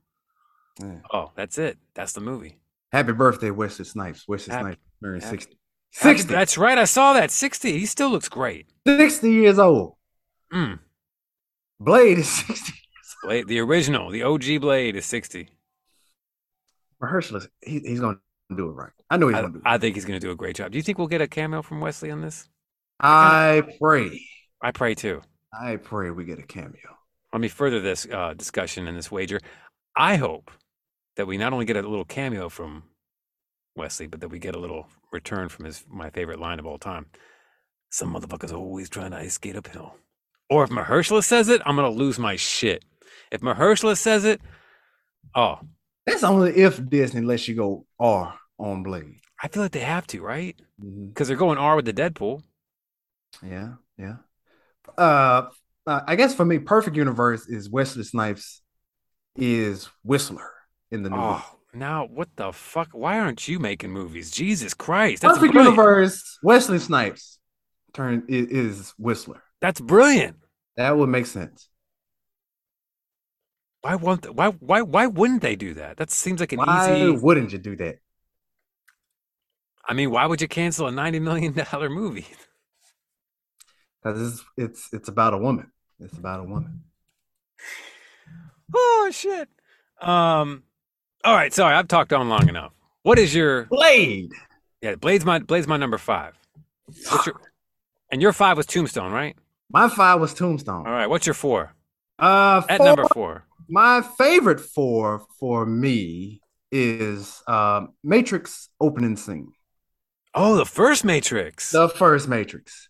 Speaker 2: Yeah.
Speaker 3: Oh, that's it. That's the movie.
Speaker 2: Happy birthday, Wesley Snipes. Wesley
Speaker 3: Happy-
Speaker 2: Snipes turned
Speaker 3: happy-
Speaker 2: 60.
Speaker 3: Happy-
Speaker 2: 60,
Speaker 3: That's right. I saw that. Sixty. He still looks great.
Speaker 2: 60 years old.
Speaker 3: Mm.
Speaker 2: Blade is [laughs] 60.
Speaker 3: Blade, the original, the OG Blade is sixty.
Speaker 2: Rehearsal is, he, he's going to do it right. I know he's
Speaker 3: I,
Speaker 2: going to do it.
Speaker 3: I think he's going to do a great job. Do you think we'll get a cameo from Wesley on this?
Speaker 2: I pray.
Speaker 3: I pray too.
Speaker 2: I pray we get a cameo.
Speaker 3: let me further this uh, discussion and this wager. I hope that we not only get a little cameo from Wesley, but that we get a little return from his my favorite line of all time. Some motherfuckers are always trying to ice skate uphill. Or if Mahershala says it, I'm gonna lose my shit. If Mahershala says it, oh,
Speaker 2: That's only if Disney lets you go R on Blade.
Speaker 3: I feel like they have to, right? Because they're going R with the Deadpool.
Speaker 2: Yeah, yeah. Uh, uh, I guess for me, Perfect Universe is Wesley Snipes is Whistler in the new. movie.
Speaker 3: Oh, now what the fuck? Why aren't you making movies? Jesus Christ, that's
Speaker 2: Perfect
Speaker 3: brilliant.
Speaker 2: Universe, Wesley Snipes turn i- is Whistler.
Speaker 3: That's brilliant.
Speaker 2: That would make sense.
Speaker 3: Why won't th- why why why wouldn't they do that? That seems like an
Speaker 2: Why
Speaker 3: easy.
Speaker 2: wouldn't you do that?
Speaker 3: I mean, why would you cancel a ninety million dollar movie? [laughs]
Speaker 2: Because it's it's it's about a woman. It's about a woman.
Speaker 3: oh shit. Um. All right. Sorry, I've talked on long enough. What is your
Speaker 2: Blade.
Speaker 3: yeah? Blade's my Blade's my number five. What's your and your five was Tombstone, right?
Speaker 2: My five was Tombstone.
Speaker 3: All right. What's your four?
Speaker 2: Uh,
Speaker 3: At
Speaker 2: four-
Speaker 3: number four.
Speaker 2: My favorite four for me is um, Matrix opening scene,
Speaker 3: Oh, the first Matrix.
Speaker 2: the first Matrix.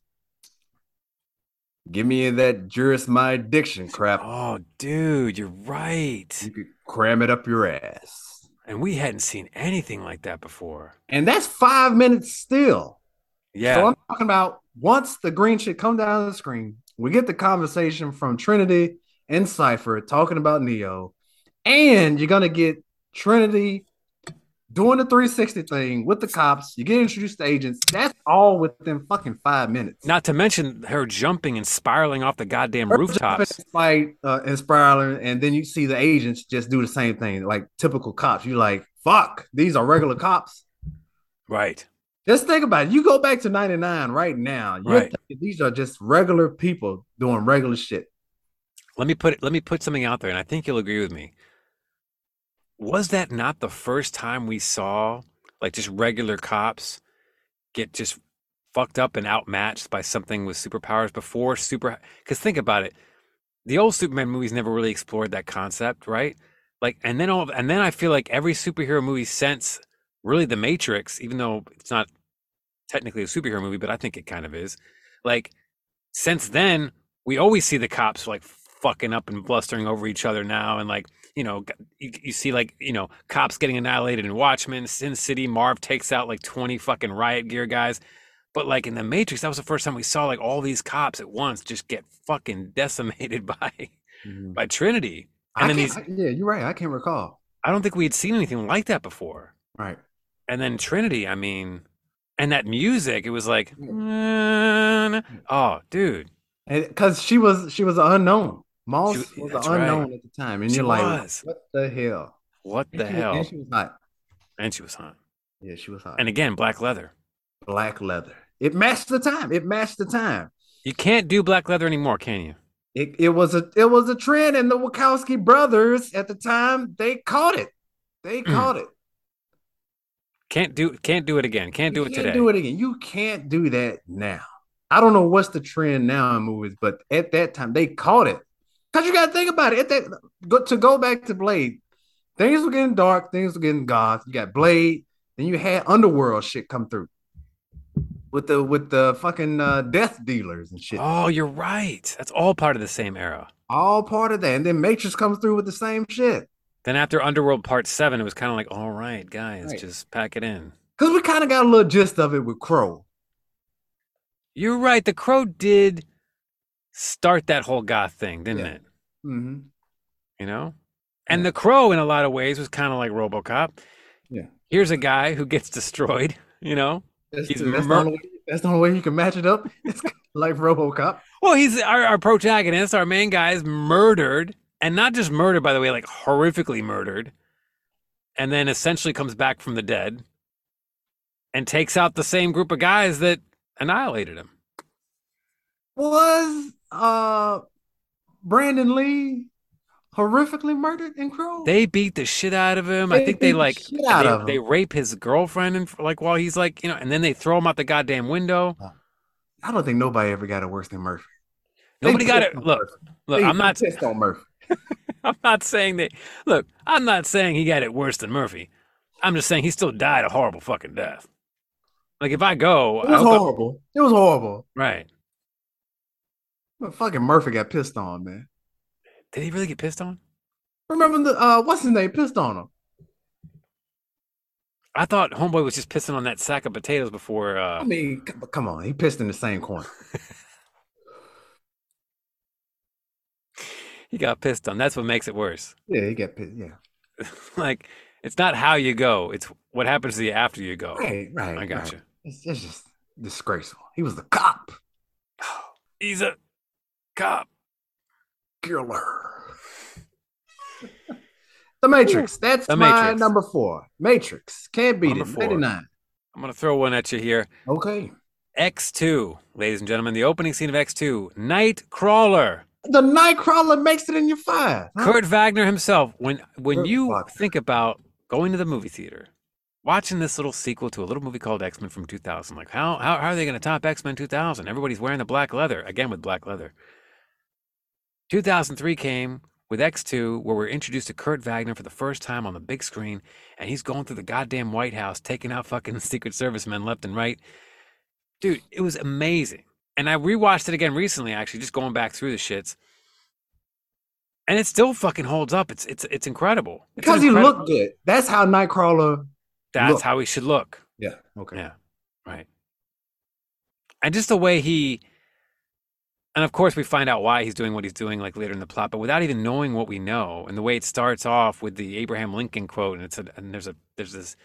Speaker 2: Give me that Juris My Addiction crap.
Speaker 3: oh, dude, you're right.
Speaker 2: You could cram it up your ass.
Speaker 3: And we hadn't seen anything like that before.
Speaker 2: And that's five minutes still.
Speaker 3: Yeah.
Speaker 2: So I'm talking about once the green shit come down the screen, we get the conversation from Trinity and Cypher talking about Neo, and you're gonna get Trinity doing the 360 thing with the cops. You get introduced to agents. That's all within fucking five minutes.
Speaker 3: Not to mention her jumping and spiraling off the goddamn rooftops.
Speaker 2: Fight uh, and spiraling, and then you see the agents just do the same thing, like typical cops. You're like, fuck, these are regular cops.
Speaker 3: Right.
Speaker 2: Just think about it. You go back to 99 right now. You're
Speaker 3: Right.
Speaker 2: thinking these are just regular people doing regular shit.
Speaker 3: let me put it, let me put something out there and i think you'll agree with me was that not the first time we saw like just regular cops get just fucked up and outmatched by something with superpowers before super because think about it the old superman movies never really explored that concept right like and then all of- and then i feel like every superhero movie since really the matrix even though it's not technically a superhero movie but i think it kind of is like since then we always see the cops like fucking up and blustering over each other now and like you know g- you, you see like you know cops getting annihilated in watchmen sin city marv takes out like 20 fucking riot gear guys but like in the matrix that was the first time we saw like all these cops at once just get fucking [laughs] decimated by by trinity
Speaker 2: I
Speaker 3: Mm-hmm. and then
Speaker 2: can't-
Speaker 3: these
Speaker 2: I- yeah, you're right. I can't recall.
Speaker 3: i don't think we had seen anything like that before
Speaker 2: Right.
Speaker 3: and then Trinity, I mean, and that music, it was like, "Nah, nah." oh, dude,
Speaker 2: because she was she was an unknown. Moss
Speaker 3: She-
Speaker 2: was an
Speaker 3: that's right.
Speaker 2: unknown at the time, and
Speaker 3: She
Speaker 2: you're like,
Speaker 3: was.
Speaker 2: what the hell?
Speaker 3: What
Speaker 2: And
Speaker 3: the
Speaker 2: she was-
Speaker 3: hell?
Speaker 2: And she was hot.
Speaker 3: And she was hot.
Speaker 2: Yeah, she was hot.
Speaker 3: And again, black leather.
Speaker 2: black leather. It matched the time. It matched the time.
Speaker 3: You can't do black leather anymore, can you?
Speaker 2: It, it was a it was a trend, and the Wachowski brothers at the time they caught it. They
Speaker 3: Hmm.
Speaker 2: caught it.
Speaker 3: Can't do can't do it again. Can't
Speaker 2: You
Speaker 3: do it
Speaker 2: can't
Speaker 3: today.
Speaker 2: do it again. You can't do that now. I don't know what's the trend now in movies, but at that time they caught it. Cause you gotta think about it. At that go, to go back to Blade, things were getting dark, things were getting goth. You got Blade, then you had underworld shit come through with the with the fucking uh, death dealers and shit.
Speaker 3: Oh, you're right. That's all part of the same era.
Speaker 2: All part of that, and then Matrix comes through with the same shit.
Speaker 3: Then after Underworld Part Seven, it was kind of like, all right, guys,
Speaker 2: Right.
Speaker 3: just pack it in.
Speaker 2: Cause we kind of got a little gist of it with Crow.
Speaker 3: You're right. The Crow did start that whole goth thing, didn't
Speaker 2: Yeah.
Speaker 3: it?
Speaker 2: Mm-hmm.
Speaker 3: You know? And the Crow, in a lot of ways, was kind of like Robocop.
Speaker 2: Yeah.
Speaker 3: Here's a guy who gets [laughs] destroyed, you know?
Speaker 2: That's,
Speaker 3: He's
Speaker 2: the, that's,
Speaker 3: mur-
Speaker 2: the only way, that's the only way you can match it up. [laughs] It's like RoboCop.
Speaker 3: Well, he's our, our protagonist, our main guy is murdered, and not just murdered, by the way, like horrifically murdered, and then essentially comes back from the dead and takes out the same group of guys that annihilated him.
Speaker 2: Was uh Brandon Lee horrifically murdered in Crow?
Speaker 3: They beat the shit out of him. I
Speaker 2: They
Speaker 3: think
Speaker 2: beat
Speaker 3: they
Speaker 2: the
Speaker 3: like
Speaker 2: shit out
Speaker 3: they,
Speaker 2: of him.
Speaker 3: they rape his girlfriend and like while he's like you know, and then they throw him out the goddamn window.
Speaker 2: I don't think nobody ever got it worse than Murphy. They
Speaker 3: Nobody got
Speaker 2: pissed
Speaker 3: it.
Speaker 2: on
Speaker 3: Look,
Speaker 2: Murphy.
Speaker 3: look,
Speaker 2: They
Speaker 3: I'm not
Speaker 2: pissed on Murphy.
Speaker 3: [laughs] I'm not saying that. Look, I'm not saying he got it worse than Murphy. I'm just saying he still died a horrible fucking death. Like if I go,
Speaker 2: It
Speaker 3: I
Speaker 2: was
Speaker 3: hope I-
Speaker 2: horrible. It was horrible.
Speaker 3: right?
Speaker 2: But fucking Murphy got pissed on, man.
Speaker 3: Did he really get pissed on?
Speaker 2: Remember the uh what's his name pissed on him?
Speaker 3: I thought Homeboy was just pissing on that sack of potatoes before.
Speaker 2: I
Speaker 3: Uh,
Speaker 2: mean, c- but come on, he pissed in the same corner.
Speaker 3: he got pissed on. That's what makes it worse. [laughs]
Speaker 2: Yeah, he got pissed. Yeah,
Speaker 3: like it's not how you go; it's what happens to you after you go.
Speaker 2: right, right.
Speaker 3: Oh, I
Speaker 2: right.
Speaker 3: got you.
Speaker 2: It's, it's just disgraceful. He was the cop
Speaker 3: He's a cop.
Speaker 2: killer. [laughs] the Matrix. That's
Speaker 3: The
Speaker 2: my
Speaker 3: Matrix.
Speaker 2: number four. Matrix. Can't beat
Speaker 3: Number
Speaker 2: it.
Speaker 3: four.
Speaker 2: 99.
Speaker 3: I'm gonna throw one at you here.
Speaker 2: Okay.
Speaker 3: X2, ladies and gentlemen, the opening scene of X2, Nightcrawler.
Speaker 2: The Nightcrawler makes it in your five. huh?
Speaker 3: Kurt Wagner himself. When when
Speaker 2: Kurt
Speaker 3: you
Speaker 2: Wagner.
Speaker 3: think about going to the movie theater, watching this little sequel to a little movie called X Men from 2000, like how how, how are they going to top X Men 2000? Everybody's wearing the black leather again with black leather. 2003 came with X2, where we're introduced to Kurt Wagner for the first time on the big screen, and he's going through the goddamn White House, taking out fucking [laughs] Secret Service men left and right. Dude, it was amazing. And I rewatched it again recently, actually, just going back through the shits. And it still fucking holds up. It's it's it's incredible. It's an
Speaker 2: Because he
Speaker 3: incredi-
Speaker 2: looked good. That's how Nightcrawler.
Speaker 3: That's
Speaker 2: look.
Speaker 3: how he should look.
Speaker 2: Yeah. Okay.
Speaker 3: Yeah. Right. And just the way he and of course we find out why he's doing what he's doing like later in the plot, but without even knowing what we know, and the way it starts off with the Abraham Lincoln quote, and it's a, and there's a there's this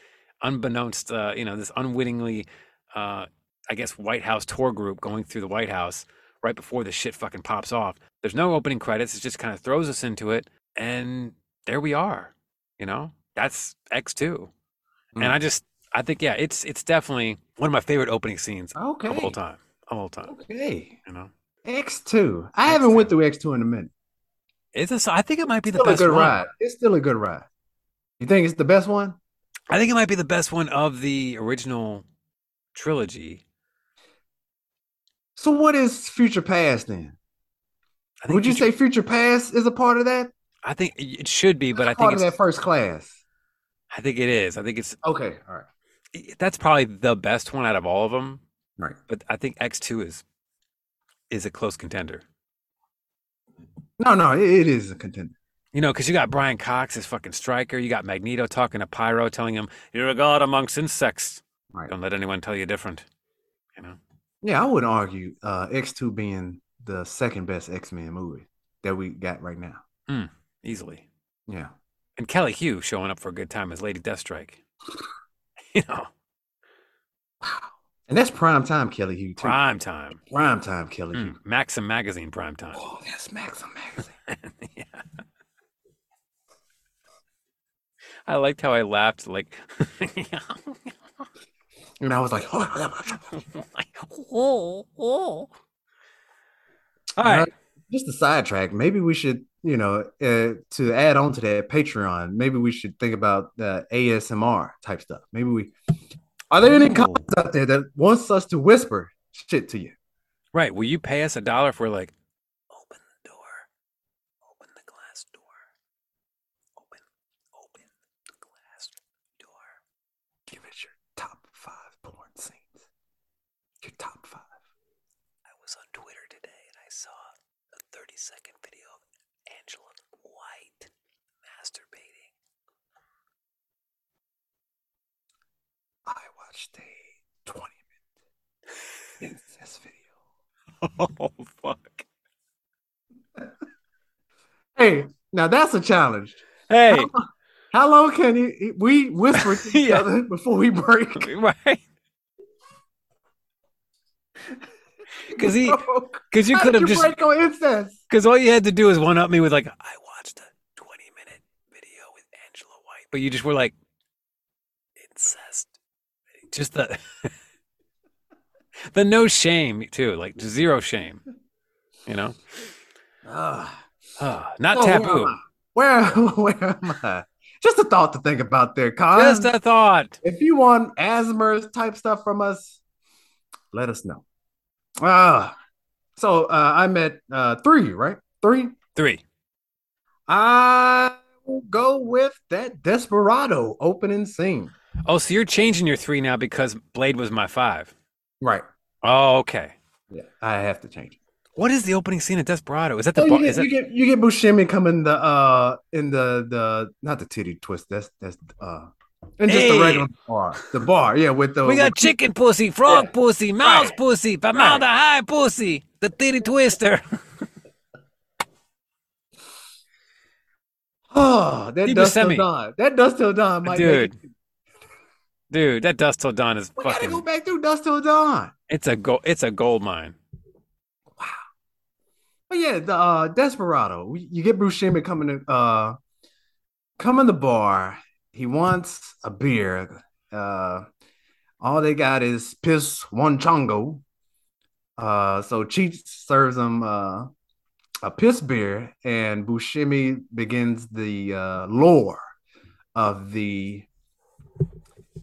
Speaker 3: unbeknownst uh, you know, this unwittingly uh I guess White House tour group going through the White House right before the shit fucking pops off. There's no opening credits, it just kind of throws us into it, and there we are. You know? That's X two. And I just I think yeah, it's it's definitely one of my favorite opening scenes of all
Speaker 2: Okay.
Speaker 3: time. Of all time,
Speaker 2: Okay.
Speaker 3: you know.
Speaker 2: X2. I haven't went through X2 in a minute.
Speaker 3: It's a s- I think it might be the
Speaker 2: Still a
Speaker 3: best
Speaker 2: good
Speaker 3: one.
Speaker 2: ride. It's still a good ride. You think it's the best one?
Speaker 3: I think it might be the best one of the original trilogy.
Speaker 2: So what is Future Past then?
Speaker 3: I think
Speaker 2: Would you
Speaker 3: Future-
Speaker 2: say Future Past is a part of that?
Speaker 3: I think it it should be, but I think
Speaker 2: part of
Speaker 3: it's,
Speaker 2: that first class.
Speaker 3: I think it is. I think it's
Speaker 2: Okay. All right.
Speaker 3: i- that's probably the best one out of all of them.
Speaker 2: Right.
Speaker 3: But I think X two is is a close contender.
Speaker 2: No, no, it, it is a contender.
Speaker 3: You know, because you got Brian Cox as fucking striker. You got Magneto talking to Pyro, telling him, "You're a god amongst insects.
Speaker 2: Right.
Speaker 3: Don't let anyone tell you different." You know.
Speaker 2: Yeah, I would argue uh, X2 being the second best X Men movie that we got right now.
Speaker 3: easily.
Speaker 2: Yeah.
Speaker 3: And Kelly Hugh [laughs] showing up for a good time as Lady Deathstrike. You know,
Speaker 2: And that's prime time Kelly Hugh too.
Speaker 3: Prime
Speaker 2: Prime,
Speaker 3: time.
Speaker 2: time Kelly Hugh.
Speaker 3: Mm, Maxim magazine prime time.
Speaker 2: Oh, that's Maxim magazine.
Speaker 3: yeah. I liked how I laughed. Like, [laughs]
Speaker 2: And I was like, [laughs]
Speaker 3: oh, oh. All
Speaker 2: Uh,
Speaker 3: right.
Speaker 2: just a sidetrack. Maybe we should, you know, uh, to add on to that Patreon. Maybe we should think about uh, ASMR type stuff. Maybe we. Are there any
Speaker 3: Ooh.
Speaker 2: comments out there that wants us to whisper shit to you?
Speaker 3: Right. Will you pay us a dollar if we're like, open the door, open the glass door, open, open the glass door.
Speaker 2: Give us your top five porn scenes. Your top five.
Speaker 3: I was on Twitter today and I saw a 30 second video of Angela White masturbating.
Speaker 2: I watched a twenty minute incest video.
Speaker 3: [laughs] Oh, fuck.
Speaker 2: Hey, now that's a challenge.
Speaker 3: [laughs] Hey,
Speaker 2: How long can you, we whisper [laughs] to each
Speaker 3: Yeah.
Speaker 2: other before we [laughs] break?
Speaker 3: right? Because
Speaker 2: [laughs]
Speaker 3: he,
Speaker 2: Oh,
Speaker 3: because you could have just,
Speaker 2: break on incest.
Speaker 3: because all you had to do is one up me with like, I watched a 20 minute video with Angela White, but you just were like, incest. Just the, [laughs] the no shame too, like zero shame, you know?
Speaker 2: Ah.
Speaker 3: Ah, not
Speaker 2: So where am
Speaker 3: taboo.
Speaker 2: I? [laughs] Where where am I? Just a thought to think about there, Con.
Speaker 3: Just a thought.
Speaker 2: if you want asthma type stuff from us, let us know. Ah, so uh, I'm at uh, three, right? Three.
Speaker 3: Three.
Speaker 2: I will go with that Desperado opening scene.
Speaker 3: Oh, so you're changing your three now because Blade was my five.
Speaker 2: Right.
Speaker 3: Oh, okay.
Speaker 2: Yeah, I have to change. it.
Speaker 3: What is the opening scene of Desperado? Is that the
Speaker 2: So Oh,
Speaker 3: bar?
Speaker 2: you, get,
Speaker 3: Is that,
Speaker 2: you get you get Buscemi coming the uh in the the not the titty twist. That's that's uh and just
Speaker 3: Hey.
Speaker 2: the regular bar, the bar. Yeah, with the
Speaker 3: we got chicken pussy, frog
Speaker 2: Oh, Yeah.
Speaker 3: pussy, mouse
Speaker 2: Right.
Speaker 3: pussy, formaldehyde high pussy, the titty twister.
Speaker 2: Oh, [sighs] that
Speaker 3: Steve
Speaker 2: does till
Speaker 3: Buscemi.
Speaker 2: dawn. That dust till dawn might
Speaker 3: Dude.
Speaker 2: make it.
Speaker 3: Dude, that Dust Till Dawn is
Speaker 2: We gotta
Speaker 3: fucking.
Speaker 2: go back through dust till dawn.
Speaker 3: It's a go. It's a gold mine.
Speaker 2: But yeah, the uh, Desperado. We- You get Bruce Sherman coming to uh, coming to bar. He wants a beer. Uh, all they got is piss one chongo. Uh, so Cheech serves him uh, a piss beer, and Buscemi begins the uh, lore of the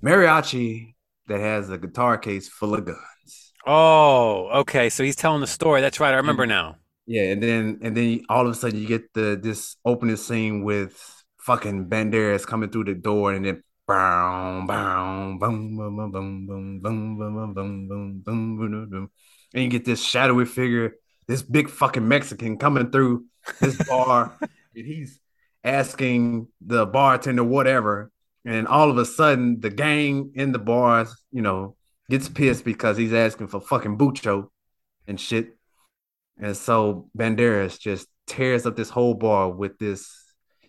Speaker 2: mariachi that has a guitar case full of guns.
Speaker 3: Oh, okay. So he's telling the story. That's right. I remember
Speaker 2: Mm-hmm.
Speaker 3: now.
Speaker 2: Yeah, and then and then all of a sudden you get the this opening scene with fucking Banderas coming through the door, and then boom, boom, boom, boom, boom, boom, boom, boom, boom, boom, boom, boom, boom, boom, boom, and you get this shadowy figure, this big fucking Mexican coming through this bar, and he's asking the bartender whatever, and all of a sudden the gang in the bars, you know, gets pissed because he's asking for fucking bucho and shit. And so Banderas just tears up this whole bar with this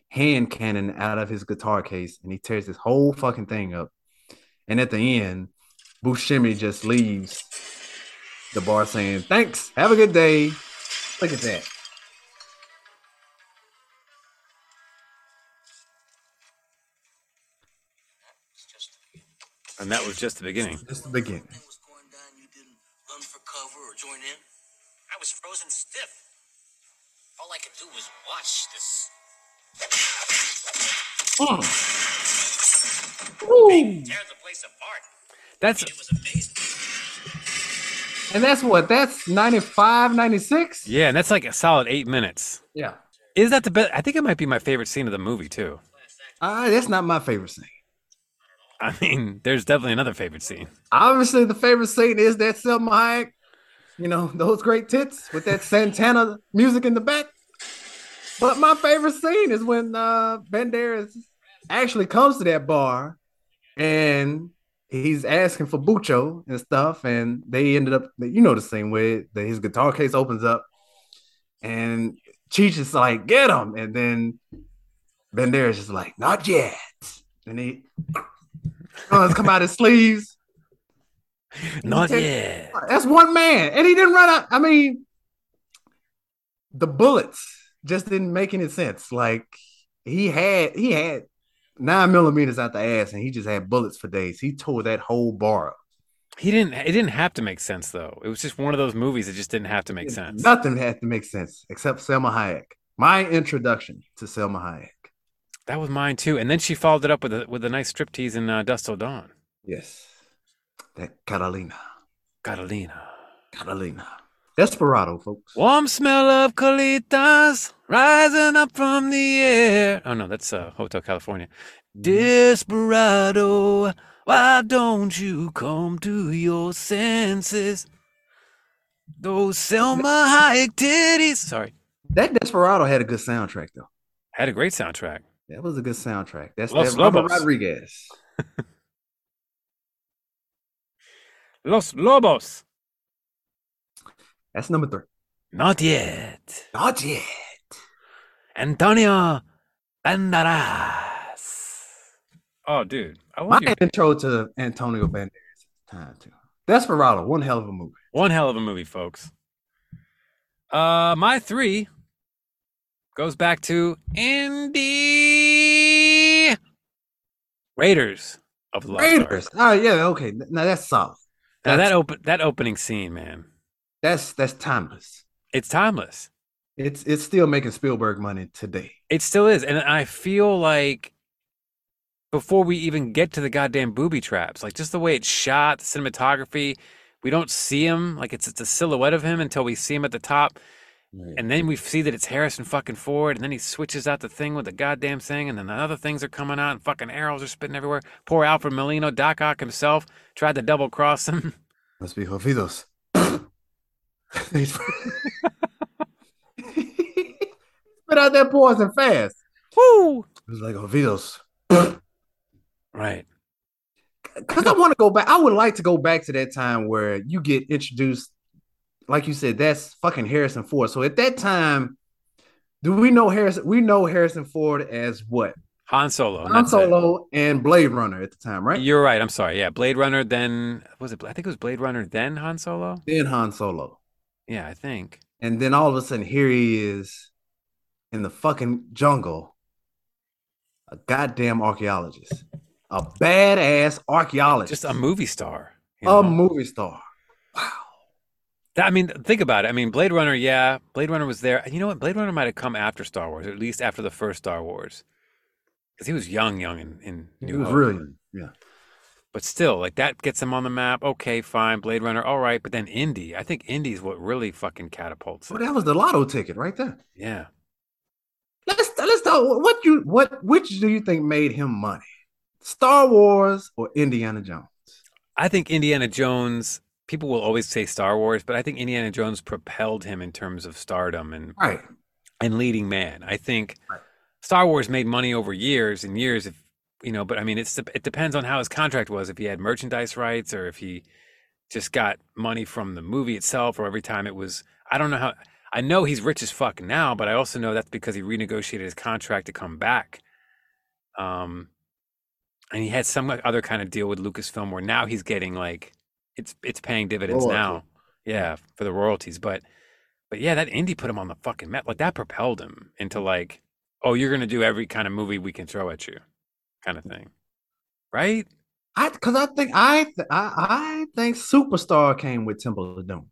Speaker 2: hand cannon out of his guitar case, and he tears this whole fucking thing up. And at the end, Buscemi just leaves the bar saying, "Thanks, have a good day." Look at that.
Speaker 3: And that was just the beginning.
Speaker 2: That's the beginning.
Speaker 8: thing was going down, you didn't run for cover or join in? I was frozen stiff. All I could do was watch this tear the place apart.
Speaker 3: That's
Speaker 8: It was amazing.
Speaker 2: And that's what that's 95, 96?
Speaker 3: yeah, and that's like a solid eight minutes.
Speaker 2: Yeah.
Speaker 3: Is that the best? I think it might be my favorite scene of the movie too.
Speaker 2: Uh, that's not my favorite scene.
Speaker 3: I mean, there's definitely another favorite scene.
Speaker 2: Obviously, the favorite scene is that Selma Hayek, you know, those great tits with that Santana music in the back. But my favorite scene is when uh, Banderas actually comes to that bar and he's asking for Bucho and stuff. And they ended up, you know, the scene where the, his guitar case opens up and Cheech is like, get him. And then Banderas is like, not uh, yet. And he guns come out his sleeves.
Speaker 3: Not
Speaker 2: Take-
Speaker 3: yet.
Speaker 2: That's one man, and he didn't run out. I mean, the bullets just didn't make any sense. Like he had he had nine millimeters out the ass, and he just had bullets for days. He tore that whole bar up.
Speaker 3: He didn't. It didn't have to make sense though. It was just one of those movies that just didn't have to make sense.
Speaker 2: Nothing had to make sense except Selma Hayek. My introduction to Selma Hayek.
Speaker 3: That was mine too. And then she followed it up with a, with a nice striptease in uh, Dust Till Dawn.
Speaker 2: Yes, that Catalina,
Speaker 3: Catalina.
Speaker 2: Catalina, Desperado, folks.
Speaker 3: Warm smell of colitas rising up from the air. Oh no, that's uh, Hotel California. Desperado, why don't you come to your senses? Those Selma Hayek titties. Sorry,
Speaker 2: That Desperado had a good soundtrack though.
Speaker 3: had a great soundtrack.
Speaker 2: That was a good soundtrack. That's
Speaker 3: Los
Speaker 2: that Robert
Speaker 3: Lobos.
Speaker 2: Rodriguez.
Speaker 3: Los Lobos.
Speaker 2: That's number three. Oh,
Speaker 3: Not yet.
Speaker 2: Not yet.
Speaker 3: Antonio Banderas. Oh, dude, I
Speaker 2: My
Speaker 3: want you.
Speaker 2: intro to Antonio Banderas is time too. Desperado, one hell of a movie.
Speaker 3: One hell of a movie, folks. Uh, my three goes back to Indy Raiders of the Lost Ark.
Speaker 2: Raiders. Oh yeah, okay. Now that's solid.
Speaker 3: Now that
Speaker 2: That's-
Speaker 3: open that opening scene, man,
Speaker 2: That's that's timeless.
Speaker 3: it's timeless.
Speaker 2: It's it's still making Spielberg money today.
Speaker 3: It still is, and I feel like before we even get to the goddamn booby traps, like just the way it's shot, the cinematography, we don't see him. Like it's it's a silhouette of him until we see him at the top. And then we see that it's Harrison fucking Ford, and then he switches out the thing with the goddamn thing, and then the other things are coming out, and fucking arrows are spitting everywhere. Poor Alfred Molino, Doc Ock himself tried to double cross him. [laughs]
Speaker 2: Must be [laughs] Jovidos. Spit out that poison fast.
Speaker 3: Woo!
Speaker 2: It was like Jovitos.
Speaker 3: Right.
Speaker 2: Because I want to go back. I would like to go back to that time where you get introduced, like you said, that's fucking Harrison Ford. So at that time, do we know Harrison? We know Harrison Ford as what?
Speaker 3: Han Solo.
Speaker 2: Han
Speaker 3: that's it.
Speaker 2: Solo and Blade Runner at the time, right?
Speaker 3: You're right. I'm sorry. Yeah, Blade Runner. Then was it? I think it was Blade Runner. Then Han Solo.
Speaker 2: Then Han Solo,
Speaker 3: Yeah, I think.
Speaker 2: and then all of a sudden here he is in the fucking jungle, a goddamn archaeologist, a badass archaeologist,
Speaker 3: Just a movie star. you know?
Speaker 2: a movie star.
Speaker 3: That- I mean, think about it. I mean, Blade Runner. Yeah, Blade Runner was there. And you know what? Blade Runner might have come after Star Wars, or at least after the first Star Wars, because he was young, young in, in
Speaker 2: He
Speaker 3: New
Speaker 2: was
Speaker 3: Hope.
Speaker 2: really, yeah.
Speaker 3: But still, like that gets him on the map. Okay, fine. Blade Runner. All right. But then Indy. I think Indy's what really fucking catapults.
Speaker 2: Well,
Speaker 3: It.
Speaker 2: that was the lotto ticket right there.
Speaker 3: Yeah.
Speaker 2: Let's let's talk. What you what which do you think made him money? Star Wars or Indiana Jones?
Speaker 3: I think Indiana Jones. People will always say Star Wars, but I think Indiana Jones propelled him in terms of stardom and
Speaker 2: Right.
Speaker 3: and leading man. I think
Speaker 2: Right.
Speaker 3: Star Wars made money over years and years. If you know, but I mean, it's dep- it depends on how his contract was. If he had merchandise rights or if he just got money from the movie itself, or every time it was. I don't know how. I know he's rich as fuck now, but I also know that's because he renegotiated his contract to come back. Um, and he had some other kind of deal with Lucasfilm where now he's getting like it's it's paying dividends
Speaker 2: Royalty.
Speaker 3: now. Yeah, for the royalties, but but yeah, that indie put him on the fucking map. Like that propelled him
Speaker 2: Mm-hmm.
Speaker 3: into like, oh, you're gonna do every kind of movie we can throw at you, kind
Speaker 2: Mm-hmm.
Speaker 3: of thing, right?
Speaker 2: I because I think I, th- I I think Superstar came with Temple of Doom.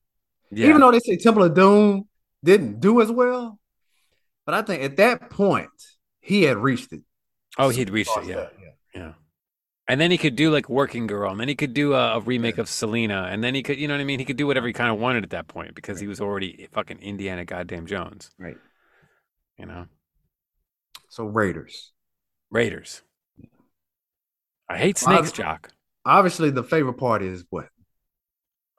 Speaker 3: Yeah,
Speaker 2: Even though they say Temple of Doom didn't do as well, but I think at that point he had reached it.
Speaker 3: oh, he'd reached it. Yeah, yeah. And then he could do like Working Girl, and then he could do a, a remake of Selena, and then he could, you know what I mean? He could do whatever he kind of wanted at that point because he was already fucking Indiana goddamn Jones,
Speaker 2: Right.
Speaker 3: you know?
Speaker 2: So Raiders.
Speaker 3: Raiders. I hate
Speaker 2: Well, I-
Speaker 3: Snake Shock.
Speaker 2: Obviously, the favorite part is what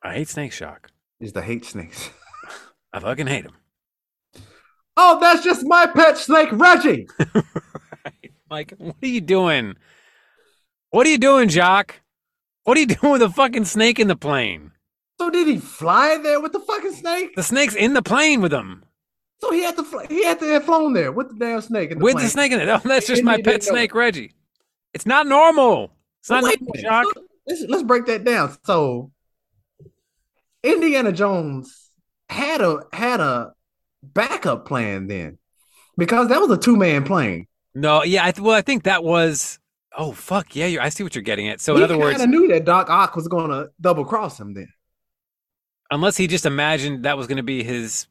Speaker 3: I hate Snake Shock.
Speaker 2: is the hate snakes. [laughs]
Speaker 3: I fucking hate him.
Speaker 2: Oh, that's just my pet snake, Reggie.
Speaker 3: [laughs] Like, what are you doing? What are you doing, Jock? What are you [laughs] doing with a fucking snake in the plane?
Speaker 2: So did he fly there with the fucking snake?
Speaker 3: The snake's in the plane with him.
Speaker 2: So he had to fl- he had to have flown there with the damn snake in the
Speaker 3: with
Speaker 2: plane.
Speaker 3: the snake in it. Oh, that's just
Speaker 2: And
Speaker 3: my
Speaker 2: they
Speaker 3: pet
Speaker 2: didn't know
Speaker 3: snake, Reggie. It's not normal. It's not
Speaker 2: Wait a
Speaker 3: normal,
Speaker 2: minute.
Speaker 3: Jock.
Speaker 2: So Let's, let's break that down. So Indiana Jones had a had a backup plan then, because that was a two man plane.
Speaker 3: No, yeah, I th- well, I think that was. Oh fuck, yeah, you I see what you're getting at. So in
Speaker 2: he
Speaker 3: other words,
Speaker 2: kinda knew that Doc Ock was going to double cross him then.
Speaker 3: unless he just imagined that was going to be his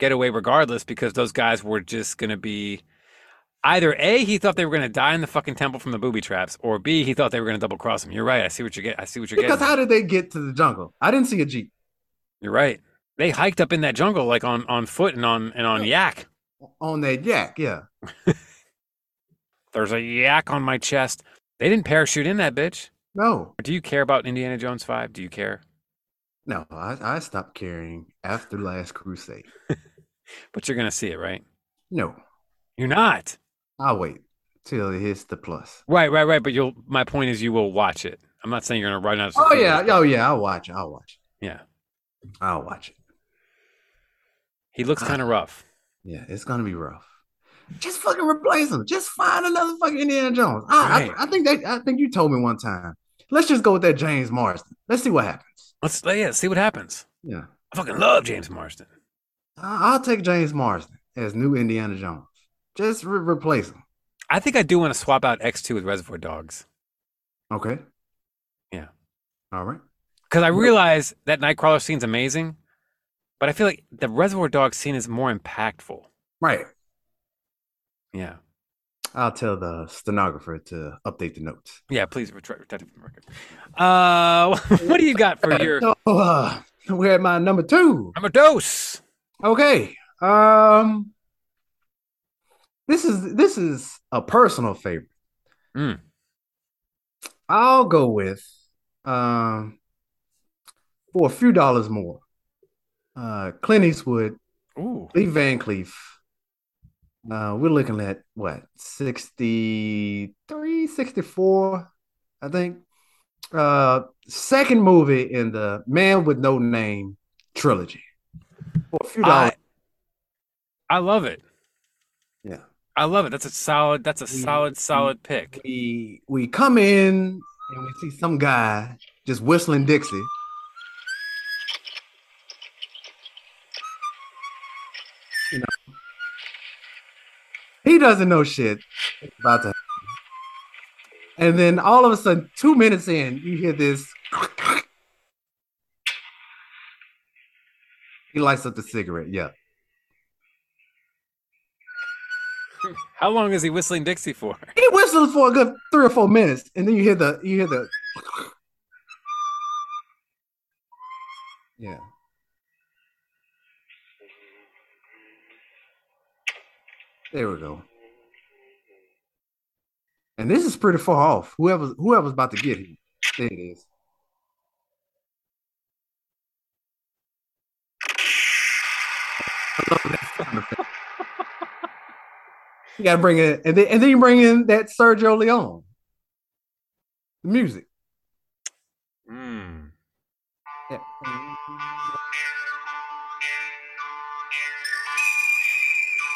Speaker 3: getaway, regardless, because those guys were just going to be either a he thought they were going to die in the fucking temple from the booby traps, or b he thought they were going to double cross him. You're right. I see what you're getting. I see what you're
Speaker 2: Because
Speaker 3: getting. at.
Speaker 2: how did they get to the jungle? I didn't see a jeep
Speaker 3: You're right. They hiked up in that jungle like on on foot and on and on yak.
Speaker 2: on that yak. Yeah,
Speaker 3: There's a yak on my chest. They didn't parachute in that bitch.
Speaker 2: no,
Speaker 3: Do you care about Indiana Jones 5? Do you care?
Speaker 2: no. I, I stopped caring after Last Crusade.
Speaker 3: But you're going to see it, right?
Speaker 2: No,
Speaker 3: You're not.
Speaker 2: I'll wait till it hits the plus.
Speaker 3: Right, right, right. But you'll, my point is, you will watch it. I'm not saying you're going to run out. to the
Speaker 2: Oh
Speaker 3: theaters,
Speaker 2: yeah,
Speaker 3: but-
Speaker 2: oh yeah. I'll watch. it. I'll watch.
Speaker 3: Yeah.
Speaker 2: it. I'll watch it.
Speaker 3: He looks kind of rough.
Speaker 2: Yeah, it's gonna be rough. Just fucking replace him. Just find another fucking Indiana Jones. I,
Speaker 3: Right.
Speaker 2: I, I think that I think you told me one time. Let's just go with that James Marsden. Let's see what happens.
Speaker 3: Let's, oh, yeah, see what happens.
Speaker 2: Yeah,
Speaker 3: I fucking love James Marsden.
Speaker 2: I, I'll take James Marsden as new Indiana Jones. Just re- replace him.
Speaker 3: I think I do want to swap out X2 with Reservoir Dogs
Speaker 2: Okay.
Speaker 3: Yeah.
Speaker 2: All right.
Speaker 3: because I realize that Nightcrawler scene's amazing, but I feel like the Reservoir Dogs scene is more impactful.
Speaker 2: Right.
Speaker 3: Yeah.
Speaker 2: I'll tell the stenographer to update the notes.
Speaker 3: Yeah, please retract retract it from the record. Uh, [laughs] what do you got for your
Speaker 2: So, uh, we're at my number two.
Speaker 3: I'm a dose?
Speaker 2: Okay. Um This is this is a personal favorite.
Speaker 3: Mm.
Speaker 2: I'll go with um for a few dollars more. Uh Clint Eastwood,
Speaker 3: Ooh,
Speaker 2: Lee Van Cleef. Uh we're looking at what 63, 64, I think. Uh second movie in the Man with No Name trilogy. For a few dollars.
Speaker 3: I, I love it.
Speaker 2: Yeah.
Speaker 3: I love it. That's a solid. That's a
Speaker 2: We-
Speaker 3: solid, solid pick.
Speaker 2: we we come in and we see some guy just whistling Dixie. You know, he doesn't know shit about to. happen. And then all of a sudden, two minutes in, you hear this. He lights up the cigarette. Yeah,
Speaker 3: How long is he whistling Dixie for?
Speaker 2: he whistles for a good three or four minutes, and then you hear the you hear the. Yeah. There we go. And this is pretty far off. Whoever's whoever's about to get him. There it is. I love that sound effect. You gotta bring in and then and then you bring in that Sergio Leone. The music.
Speaker 3: Mm.
Speaker 2: Yeah.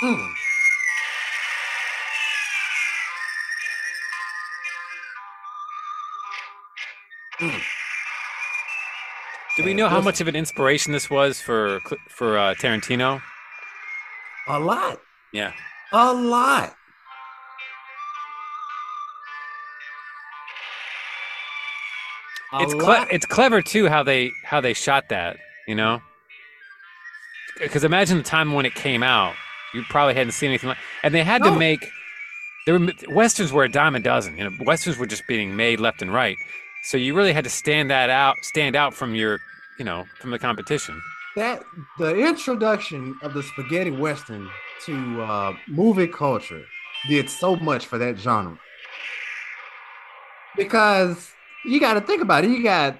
Speaker 2: Mm.
Speaker 3: Do we know how much of an inspiration this was for Cl- for uh, Tarantino?
Speaker 2: A lot.
Speaker 3: Yeah.
Speaker 2: A lot. A
Speaker 3: it's cle-
Speaker 2: lot.
Speaker 3: it's clever too how they how they shot that you know because imagine the time when it came out you probably hadn't seen anything like and they had
Speaker 2: No.
Speaker 3: to make there were westerns were a dime a dozen you know westerns were just being made left and right so you really had to stand that out stand out from your you know from the competition
Speaker 2: that the introduction of the spaghetti western to uh, movie culture did so much for that genre because you got to think about it. You got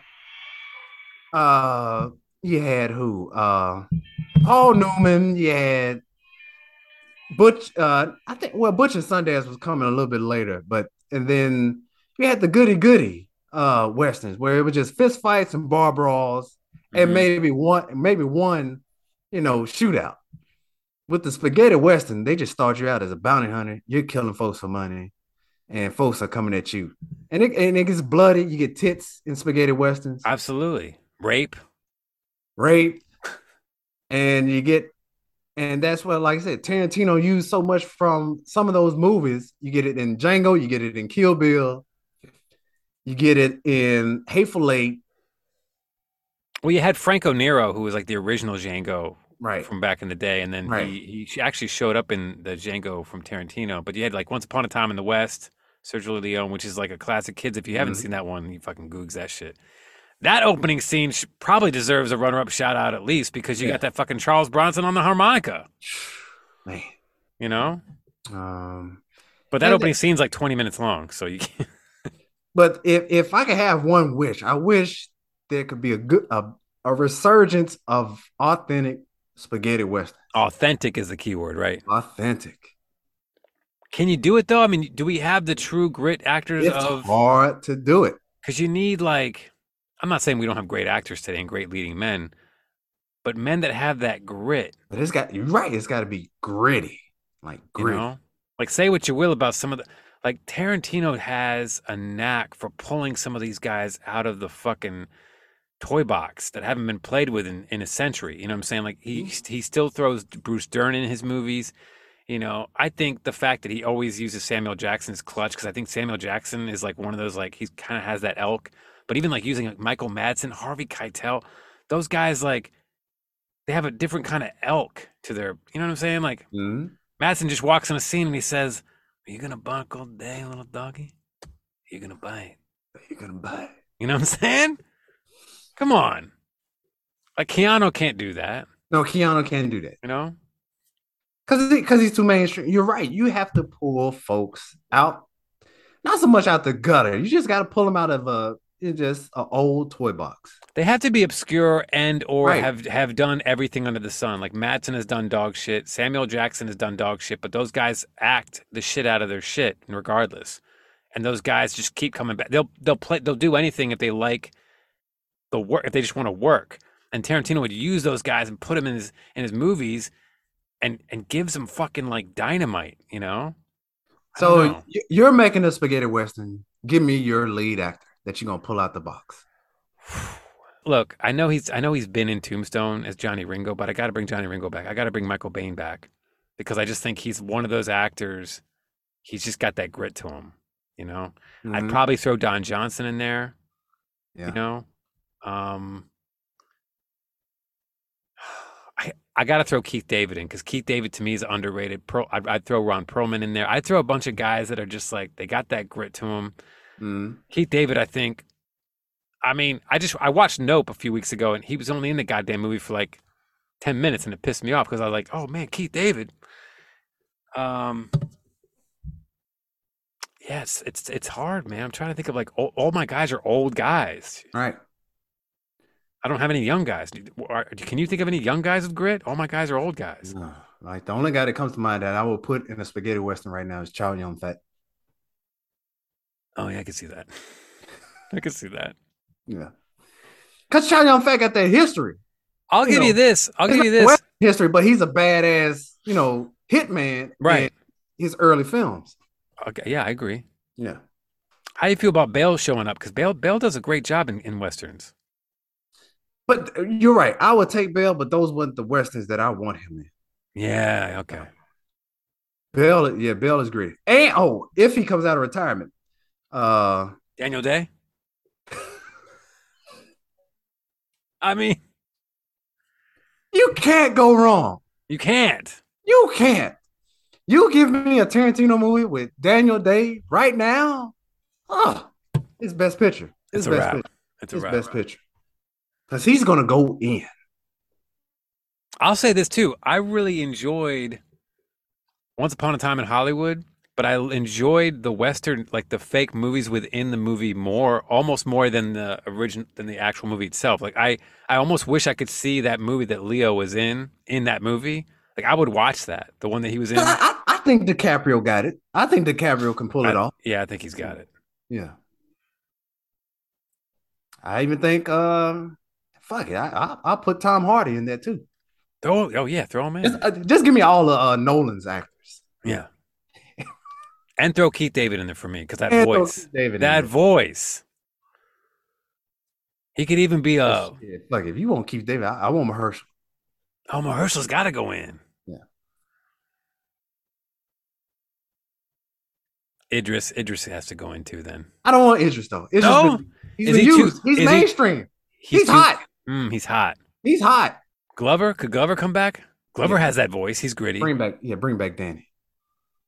Speaker 2: uh, you had who? Uh, Paul Newman. You had Butch. Uh, I think well, Butch and Sundance was coming a little bit later, but and then you had the goody goody uh, westerns where it was just fist fights and bar brawls and
Speaker 3: Mhm.
Speaker 2: maybe one maybe one you know shootout with the spaghetti western they just start you out as a bounty hunter you're killing folks for money and folks are coming at you and it, and it gets bloody you get tits in spaghetti westerns
Speaker 3: absolutely rape
Speaker 2: rape, and you get, and that's what, like I said, Tarantino used so much from some of those movies. You get it in Django, you get it in Kill Bill, you get it in Hateful Eight,
Speaker 3: Well, you had Franco Nero, who was like the original Django
Speaker 2: right?
Speaker 3: from back in the day, and then
Speaker 2: Right.
Speaker 3: he, he actually showed up in the Django from Tarantino. But you had like Once Upon a Time in the West, Sergio Leone, which is like a classic. Kids, if you haven't
Speaker 2: Mhm.
Speaker 3: seen that one, you fucking googs that shit. That opening scene sh- probably deserves a runner-up shout out at least because you
Speaker 2: Yeah.
Speaker 3: got that fucking Charles Bronson on the harmonica,
Speaker 2: Man,
Speaker 3: you know.
Speaker 2: um,
Speaker 3: But that
Speaker 2: And the-
Speaker 3: opening scene's like 20 minutes long, so you [laughs] can't.
Speaker 2: But if if I could have one wish, I wish there could be a good a, a resurgence of authentic spaghetti western.
Speaker 3: authentic is the key word, right?
Speaker 2: Authentic.
Speaker 3: Can you do it though? I mean, do we have the true grit actors
Speaker 2: It's
Speaker 3: of?
Speaker 2: hard to do it.
Speaker 3: because you need like i'm not saying we don't have great actors today and great leading men but men that have that grit
Speaker 2: But it's got you're right, it's gotta be gritty. Like
Speaker 3: you
Speaker 2: gritty.
Speaker 3: know like say what you will about some of the like tarantino has a knack for pulling some of these guys out of the fucking toy box that haven't been played with in, in a century you know what i'm saying like he he still throws bruce dern in his movies you know i think the fact that he always uses samuel jackson's clutch because i think samuel jackson is like one of those like he kind of has that elk but even like using like michael madsen harvey keitel those guys like they have a different kind of elk to their you know what i'm saying like
Speaker 2: Mhm.
Speaker 3: Madison just walks in a scene and he says, Are you gonna bark all day, little doggy? You're gonna bite.
Speaker 2: You're gonna buy it.
Speaker 3: You know what I'm [laughs] saying? Come on. Like Keanu can't do that,
Speaker 2: No, Keanu can't do that.
Speaker 3: you know?
Speaker 2: Cause it- cause he's too mainstream. You're right. You have to pull folks out. Not so much out the gutter. You just gotta pull them out of a it's just an old toy box.
Speaker 3: They have to be obscure and or
Speaker 2: Right.
Speaker 3: have have done everything under the sun. Like Madsen has done dog shit, Samuel Jackson has done dog shit, but those guys act the shit out of their shit regardless. And those guys just keep coming back. They'll they'll play they'll do anything if they like the work if they just want to work. And Tarantino would use those guys and put them in his in his movies and and gives them fucking like dynamite, you know? I don't
Speaker 2: So
Speaker 3: know.
Speaker 2: y- you're making a spaghetti western. Give me your lead actor that you're gonna pull out the box.
Speaker 3: Look, I know he's I know he's been in Tombstone as Johnny Ringo, but I got to bring Johnny Ringo back. I got to bring Michael Bain back because I just think he's one of those actors. He's just got that grit to him, you know. I'd
Speaker 2: Mhm.
Speaker 3: probably throw Don Johnson in there,
Speaker 2: Yeah.
Speaker 3: you know. Um, [sighs] I I got to throw Keith David in because Keith David to me is underrated. Pearl, I'd, I'd throw Ron Perlman in there. I'd throw a bunch of guys that are just like they got that grit to them.
Speaker 2: Mhm.
Speaker 3: Keith David, I think. I mean, I just I watched Nope a few weeks ago, and he was only in the goddamn movie for like ten minutes, and it pissed me off because I was like, "Oh man, Keith David." Um. Yes, it's it's hard, man. I'm trying to think of like all, all my guys are old guys.
Speaker 2: All right.
Speaker 3: I don't have any young guys. Do- are- Can you think of any young guys with grit? All my guys are old guys.
Speaker 2: No, like the only guy that comes to mind that I will put in a spaghetti western right now is Chow Yun Fat.
Speaker 3: Oh yeah, I can see that. [laughs] I can see that.
Speaker 2: Yeah, because Chow Yun Fat got that history.
Speaker 3: I'll
Speaker 2: You
Speaker 3: give you
Speaker 2: know,
Speaker 3: this. I'll
Speaker 2: It's
Speaker 3: give you
Speaker 2: not
Speaker 3: this.
Speaker 2: Western history, but he's a badass, you know, hitman.
Speaker 3: Right.
Speaker 2: in his early films.
Speaker 3: Okay, yeah, I agree.
Speaker 2: Yeah.
Speaker 3: How do you feel about Bale showing up? Because Bale Bale does a great job in, in westerns.
Speaker 2: But uh, you're right. I would take Bell, but those weren't the westerns that I want him in.
Speaker 3: Yeah. Okay.
Speaker 2: Bell, yeah, Bell is great. And oh, if he comes out of retirement, uh,
Speaker 3: Daniel Day. I mean,
Speaker 2: you can't go wrong.
Speaker 3: you can't.
Speaker 2: You can't. You give me a Tarantino movie with Daniel Day right now. Oh, it's best picture.
Speaker 3: It's
Speaker 2: It's,
Speaker 3: a
Speaker 2: best
Speaker 3: wrap.
Speaker 2: picture.
Speaker 3: It's
Speaker 2: It's,
Speaker 3: a wrap.
Speaker 2: best picture. Because he's gonna go in.
Speaker 3: I'll say this too. I really enjoyed Once Upon a Time in Hollywood, but I enjoyed the western, like the fake movies within the movie more, almost more than the original than the actual movie itself. Like I, I almost wish I could see that movie that Leo was in in that movie. Like I would watch that, the one that he was [laughs] in.
Speaker 2: I, I, I think DiCaprio got it. I think DiCaprio can pull
Speaker 3: I-
Speaker 2: it off.
Speaker 3: Yeah, I think he's got it.
Speaker 2: Yeah. I even think um fuck it. I, I I'll put Tom Hardy in there too.
Speaker 3: Throw, oh yeah, throw him in.
Speaker 2: Just, uh, just give me all the uh, Nolan's actors.
Speaker 3: Yeah. and throw Keith David in there for me because that
Speaker 2: And throw
Speaker 3: voice.
Speaker 2: Keith David in
Speaker 3: That
Speaker 2: there.
Speaker 3: voice. He could even be a
Speaker 2: Yeah, Like if you won't keep David, I, I want Mahershala.
Speaker 3: oh Mahershala's got to go in.
Speaker 2: Yeah.
Speaker 3: Idris Idris has to go in too. Then
Speaker 2: I don't want Idris though. Idris
Speaker 3: No?
Speaker 2: been- he's
Speaker 3: Is
Speaker 2: been
Speaker 3: he too-
Speaker 2: used. he's
Speaker 3: is he-
Speaker 2: mainstream. he's
Speaker 3: too-
Speaker 2: hot.
Speaker 3: Mm, he's hot.
Speaker 2: He's hot.
Speaker 3: Glover could Glover come back? Glover has that voice. He's gritty.
Speaker 2: Bring back, yeah, bring back Danny.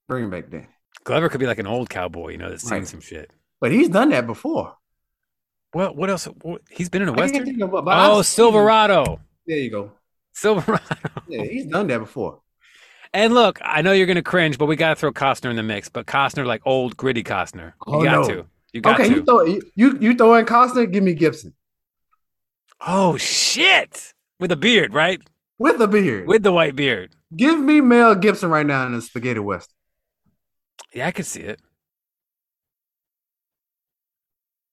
Speaker 2: Bring back Danny.
Speaker 3: Glover could be like an old cowboy, you know, that's seen
Speaker 2: Right.
Speaker 3: some shit.
Speaker 2: But he's done that before.
Speaker 3: Well, what else? What, he's been in a
Speaker 2: I can't
Speaker 3: western.
Speaker 2: think of what- but I've
Speaker 3: Oh,
Speaker 2: seen-
Speaker 3: Silverado,
Speaker 2: There you go.
Speaker 3: Silverado. [laughs] Oh.
Speaker 2: Yeah, he's done that before.
Speaker 3: And look, I know you're gonna cringe, but we gotta throw Costner in the mix. But Costner, like old gritty Costner, you
Speaker 2: Oh,
Speaker 3: got
Speaker 2: no.
Speaker 3: to, you got
Speaker 2: okay,
Speaker 3: to.
Speaker 2: you throw you you throw in Costner, give me Gibson
Speaker 3: oh shit! With a beard, right?
Speaker 2: with a beard.
Speaker 3: With the white beard.
Speaker 2: give me Mel Gibson right now in the Spaghetti West.
Speaker 3: Yeah, I could see it.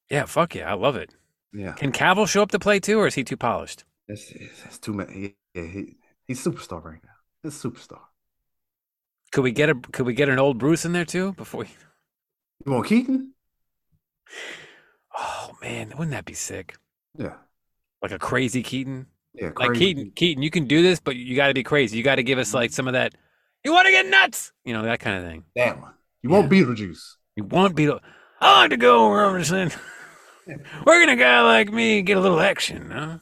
Speaker 3: Yeah, fuck yeah, I love it.
Speaker 2: Yeah,
Speaker 3: Can Cavill show up to play too, or is he too polished?
Speaker 2: that's, that's too much. He, yeah, he, he's superstar right now. He's superstar.
Speaker 3: Could we get a could we get an old Bruce in there too before? You,
Speaker 2: You want Keaton?
Speaker 3: [laughs] oh man, wouldn't that be sick?
Speaker 2: Yeah,
Speaker 3: Like a crazy Keaton.
Speaker 2: yeah.
Speaker 3: Like
Speaker 2: crazy.
Speaker 3: Keaton, Keaton, you can do this, but you got to be crazy. You got to give us like some of that. You want to get nuts, you know, that kind of thing.
Speaker 2: that one. You want Beetlejuice?
Speaker 3: You want Beetle? I want to go, [laughs] Robertson. We're gonna guy like me get a little action, huh?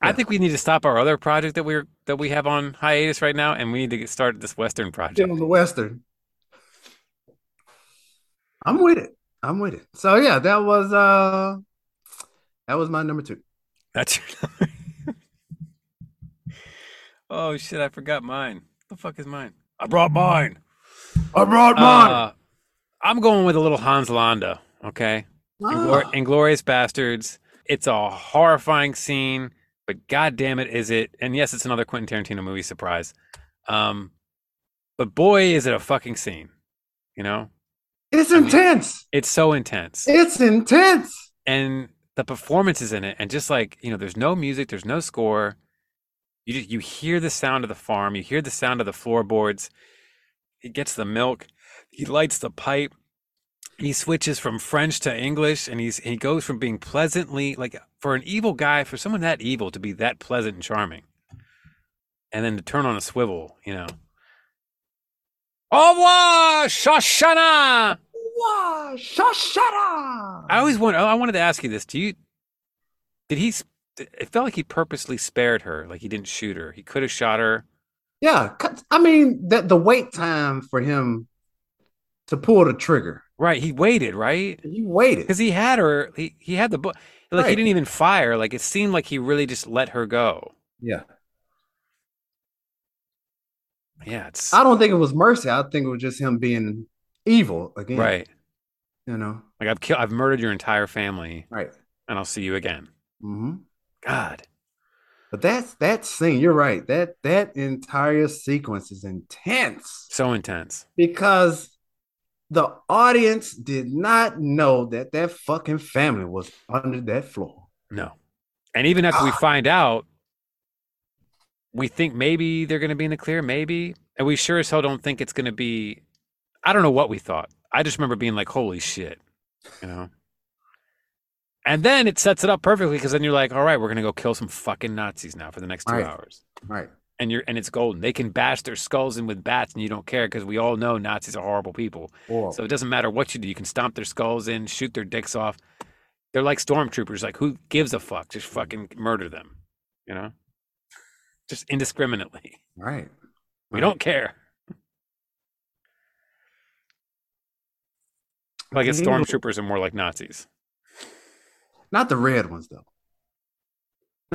Speaker 3: I think we need to stop our other project that we're that we have on hiatus right now, and we need to get started this Western
Speaker 2: Get
Speaker 3: project.
Speaker 2: on the Western. I'm with it. I'm with it. So yeah, that was uh that was my number two.
Speaker 3: That's your [laughs] number. oh shit! I forgot mine. The fuck is mine? I brought mine.
Speaker 2: I brought
Speaker 3: Uh, I'm going with a little Hans Landa. Okay.
Speaker 2: Ah,
Speaker 3: Inglor- Inglorious Bastards. It's a horrifying scene, but god damn it, is it? And yes, it's another Quentin Tarantino movie surprise. Um, but boy, is it a fucking scene. You know,
Speaker 2: it's intense.
Speaker 3: it's so intense,
Speaker 2: It's intense.
Speaker 3: and the performances in it, and just like you know, there's no music, there's no score. You just, you hear the sound of the farm, you hear the sound of the floorboards. He gets the milk, he lights the pipe he switches from French to English, and he's he goes from being pleasantly like for an evil guy, for someone that evil to be that pleasant and charming, and then to turn on a swivel, you know. Au revoir, Shoshana.
Speaker 2: Wow, Shoshana.
Speaker 3: I always want. I wanted to ask you this. Do you? Did he? s- It felt like he purposely spared her. Like he didn't shoot her. He could have shot her.
Speaker 2: yeah, 'cause- I mean the the wait time for him to pull the trigger.
Speaker 3: Right. He waited. Right.
Speaker 2: He waited.
Speaker 3: Because he had her. He he had the book. Like he
Speaker 2: Right.
Speaker 3: didn't even fire. Like it seemed like he really just let her go.
Speaker 2: Yeah.
Speaker 3: Yeah. It's
Speaker 2: I don't think it was mercy. I think it was just him being evil again.
Speaker 3: right.
Speaker 2: You know.
Speaker 3: Like I've killed, I've murdered your entire family,
Speaker 2: Right.
Speaker 3: and I'll see you again.
Speaker 2: hmm
Speaker 3: God,
Speaker 2: But that's that scene. You're right. That that entire sequence is intense
Speaker 3: so intense.
Speaker 2: because the audience did not know that that fucking family was under that floor.
Speaker 3: No, and even after we find out, we think maybe they're going to be in the clear, maybe, and we sure as hell don't think it's going to be. I don't know what we thought. I just remember being like, "Holy shit," you know. And then it sets it up perfectly because then you're like, "All right, we're going to go kill some fucking Nazis now for the next two
Speaker 2: Right.
Speaker 3: hours."
Speaker 2: Right.
Speaker 3: And you're and it's golden. They can bash their skulls in with bats, and you don't care because we all know Nazis are horrible people.
Speaker 2: Or
Speaker 3: So it doesn't matter what you do. You can stomp their skulls in, shoot their dicks off. They're like stormtroopers. Like, who gives a fuck? Just fucking murder them, you know? Just indiscriminately. [laughs]
Speaker 2: right.
Speaker 3: We
Speaker 2: Right.
Speaker 3: don't care. Like, it's
Speaker 2: They don't-
Speaker 3: stormtroopers are more like Nazis.
Speaker 2: Not the red ones though.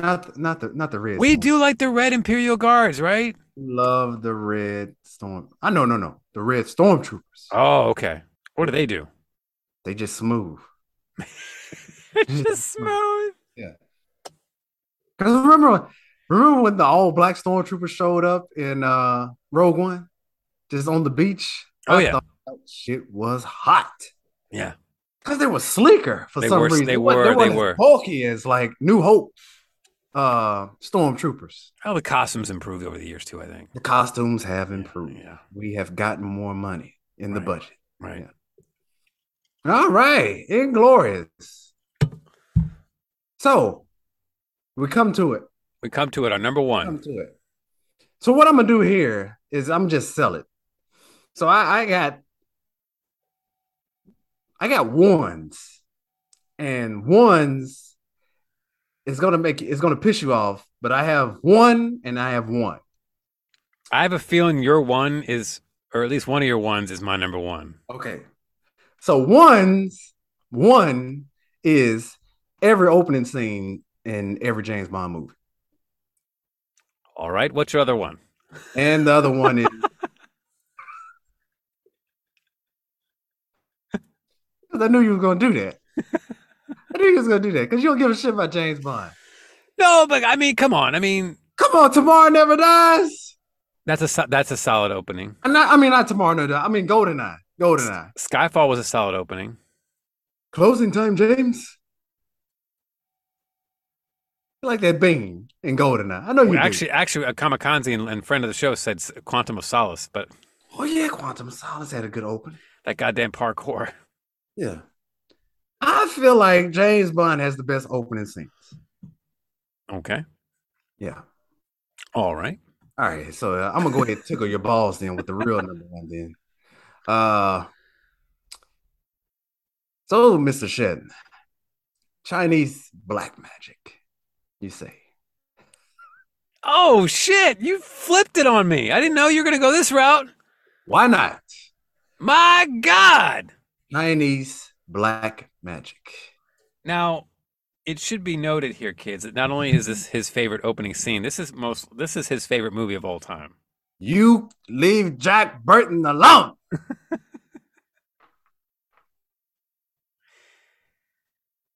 Speaker 2: Not the, not the not the red.
Speaker 3: We
Speaker 2: storm.
Speaker 3: do like the red Imperial Guards, right?
Speaker 2: love the red storm. I no no no the red stormtroopers.
Speaker 3: Oh, okay. What do they do? [laughs]
Speaker 2: They just smooth.
Speaker 3: [laughs] Just smooth.
Speaker 2: Because remember, remember when the all black stormtroopers showed up in uh, Rogue One, just on the beach.
Speaker 3: Oh,
Speaker 2: I
Speaker 3: yeah.
Speaker 2: thought that shit was hot
Speaker 3: Yeah.
Speaker 2: because they were sleeker for
Speaker 3: They
Speaker 2: some
Speaker 3: were-
Speaker 2: reason.
Speaker 3: they
Speaker 2: wa-
Speaker 3: were- they
Speaker 2: weren't as
Speaker 3: were.
Speaker 2: bulky as like New Hope uh, stormtroopers.
Speaker 3: How the costumes improved over the years, too, I think.
Speaker 2: The costumes have improved.
Speaker 3: yeah.
Speaker 2: We have gotten more money in the
Speaker 3: Right.
Speaker 2: budget.
Speaker 3: Right.
Speaker 2: All right, inglorious. So we come to it.
Speaker 3: We come to it. Our number one.
Speaker 2: Come to it. So what I'm gonna do here is I'm just sell it. So I, I got I got ones, and ones is gonna make it's gonna piss you off. But I have one, and I have one.
Speaker 3: I have a feeling your one is, or at least one of your ones is my number one.
Speaker 2: Okay. So ones one is every opening scene in every James Bond movie.
Speaker 3: All right. What's your other one?
Speaker 2: And the other one is. [laughs] Because I knew you was gonna do that. I knew you was gonna do that because you don't give a shit about James Bond.
Speaker 3: No, but I mean, come on. I mean,
Speaker 2: Come on, tomorrow never dies.
Speaker 3: that's a so- that's a solid opening.
Speaker 2: And not, I mean, not tomorrow never dies. I mean, Goldeneye, Goldeneye,
Speaker 3: Skyfall was a solid opening.
Speaker 2: closing time, James. You like that bean in Goldeneye? I know you
Speaker 3: Well,
Speaker 2: do.
Speaker 3: actually, actually, a kamikaze and, and friend of the show said s- Quantum of Solace, but
Speaker 2: Oh yeah, Quantum of Solace had a good opening.
Speaker 3: that goddamn parkour. [laughs]
Speaker 2: Yeah, I feel like James Bond has the best opening scenes.
Speaker 3: Okay.
Speaker 2: Yeah.
Speaker 3: All right.
Speaker 2: All right, so uh, I'm gonna go ahead and tickle your balls then with the real number one then. Uh, so Mr. Shen, Chinese black magic, you say?
Speaker 3: Oh shit! You flipped it on me. I didn't know you were gonna go this route.
Speaker 2: Why not
Speaker 3: My God.
Speaker 2: Chinese black magic?
Speaker 3: Now, it should be noted here, kids, that not only is this his favorite opening scene, this is most this is his favorite movie of all time.
Speaker 2: You leave Jack Burton alone.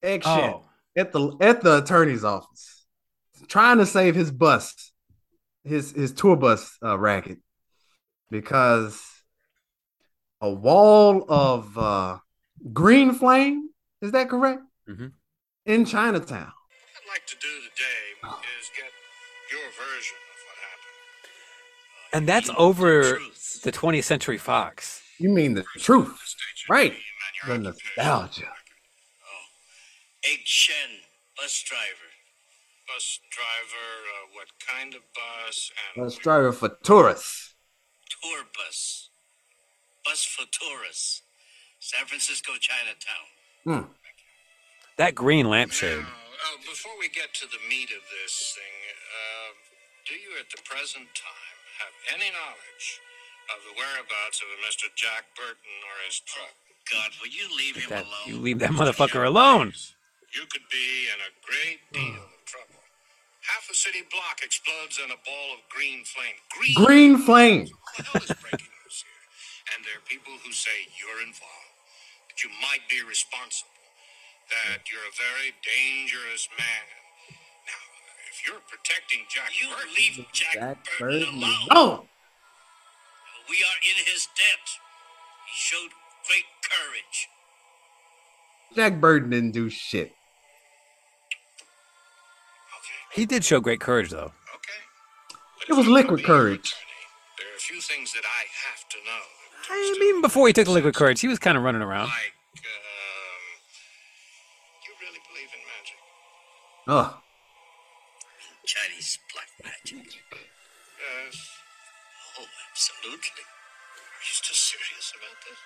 Speaker 2: Egg
Speaker 3: Oh.
Speaker 2: shit. at the at the attorney's office, trying to save his bus, his his tour bus uh, racket, because a wall of uh, green flame is that correct?
Speaker 3: Mhm.
Speaker 2: In Chinatown,
Speaker 8: I'd like to do today is get your version of what happened.
Speaker 3: and that's over
Speaker 8: Truth.
Speaker 3: the 20th Century Fox.
Speaker 2: you mean the truth,
Speaker 8: State your
Speaker 2: right?
Speaker 8: name and your
Speaker 2: The
Speaker 8: occupation.
Speaker 2: nostalgia.
Speaker 8: Egg Shen, bus driver. Bus driver, uh, what kind of bus? And
Speaker 2: Let's drive it for tourists.
Speaker 8: tour bus. Bus for tourists. San Francisco, Chinatown.
Speaker 2: Hmm.
Speaker 3: That green lampshade.
Speaker 8: Now, uh, before we get to the meat of this thing, uh, do you at the present time have any knowledge of the whereabouts of a Mr. Jack Burton or his truck? Oh, God, will you leave
Speaker 3: Get that- you leave that motherfucker alone.
Speaker 8: You could be in a great deal of trouble. Half a city block explodes in a ball of green flame. Green,
Speaker 2: Green flame.
Speaker 8: What the hell is breaking news here? And there are people who say you're involved, that you might be responsible, that you're a very dangerous man. Now, if you're protecting Jack, you Burton, leave Jack, Burton, alone.
Speaker 2: Oh,
Speaker 8: We are in his debt. He showed great courage.
Speaker 2: Jack Burton didn't do shit.
Speaker 8: Okay.
Speaker 3: He did show great courage, though.
Speaker 8: Okay. But
Speaker 2: It
Speaker 8: if
Speaker 2: was
Speaker 8: I'm
Speaker 2: liquid
Speaker 8: gonna be your
Speaker 2: courage.
Speaker 8: attorney, There are a few things that I have to know.
Speaker 3: I mean, even before he took the liquid courage, he was kind of running around.
Speaker 8: Like, um, you really believe in magic?
Speaker 2: Oh,
Speaker 8: Chinese black magic. Yes. Oh, absolutely. Are you still serious about this?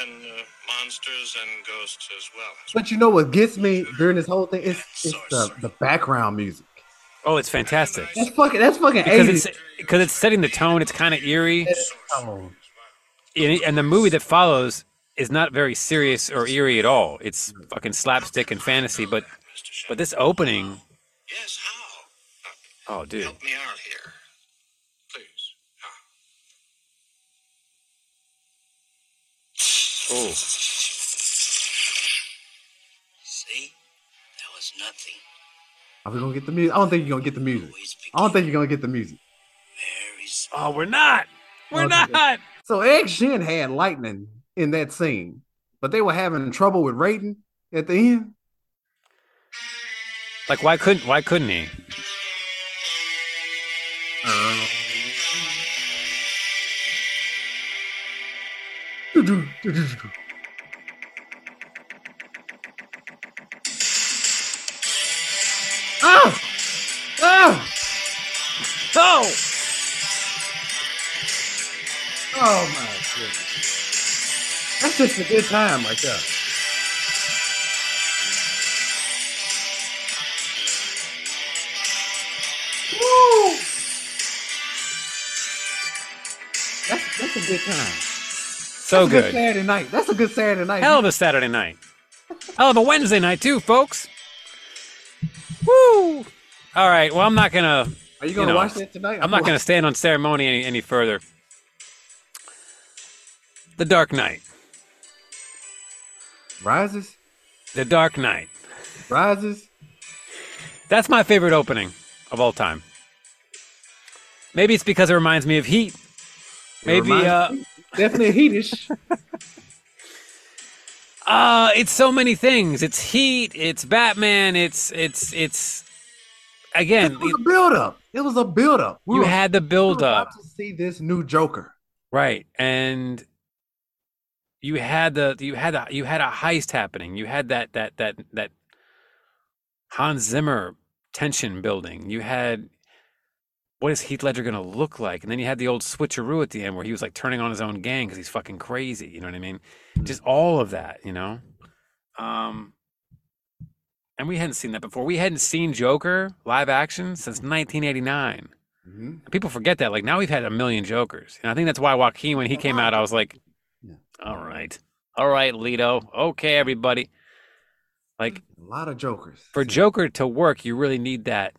Speaker 8: And uh, monsters and ghosts as well.
Speaker 2: but you know what gets me during this whole thing? It's, it's the, the background music.
Speaker 3: Oh, it's fantastic
Speaker 2: That's fucking. That's fucking.
Speaker 3: because
Speaker 2: 80s.
Speaker 3: it's because it's setting the tone. It's kind of eerie,
Speaker 2: Oh,
Speaker 3: and, and the movie that follows is not very serious or eerie at all. It's fucking slapstick and fantasy, but
Speaker 8: Mr. Shen.
Speaker 3: but this opening.
Speaker 8: Yes, how? Uh,
Speaker 3: Oh, dude.
Speaker 8: Help me out here. Please. Ah. How?
Speaker 3: Oh,
Speaker 8: See? That was nothing.
Speaker 2: are we gonna get the music? I don't think you're gonna get the music. I don't think you're gonna get the music.
Speaker 8: Very small.
Speaker 3: oh, we're not. We're
Speaker 2: Okay.
Speaker 3: not.
Speaker 2: So Egg Shin had lightning in that scene, but they were having trouble with rating at the end.
Speaker 3: Like, why couldn't why couldn't he?
Speaker 2: Ah!
Speaker 3: No!
Speaker 2: Oh my goodness. That's just a good time right there. Woo! That's, that's a good time.
Speaker 3: So
Speaker 2: That's a good
Speaker 3: good.
Speaker 2: Saturday night. That's a good Saturday night.
Speaker 3: Hell of a Saturday night. Hell of a Wednesday night too, folks. Woo! All right. Well, I'm not gonna.
Speaker 2: Are you gonna
Speaker 3: know,
Speaker 2: watch that tonight?
Speaker 3: I'm not gonna stand on ceremony any, any further. The Dark Knight.
Speaker 2: Rises,
Speaker 3: The Dark Knight.
Speaker 2: rises.
Speaker 3: That's my favorite opening of all time. Maybe it's because it reminds me of Heat. Maybe
Speaker 2: reminds
Speaker 3: uh,
Speaker 2: Definitely heatish.
Speaker 3: [laughs] uh it's so many things. It's Heat. It's Batman. It's it's it's again.
Speaker 2: It was
Speaker 3: you-
Speaker 2: a build up. It was a build up.
Speaker 3: you had the build up.
Speaker 2: to see this new Joker.
Speaker 3: Right. And you had the you had a you had a heist happening. You had that that that that Hans Zimmer tension building. You had what is Heath Ledger going to look like? And then you had the old switcheroo at the end where he was like turning on his own gang cuz he's fucking crazy, you know what I mean? Just all of that, you know? Um and we hadn't seen that before. We hadn't seen Joker live action since 1989 people forget that. Like now we've had a million Jokers, and I think that's why Joaquin, when he came out, I was like,
Speaker 2: Yeah.
Speaker 3: "All right, all right, Leto, okay, everybody." Like
Speaker 2: A lot of Jokers.
Speaker 3: for Joker to work, you really need that.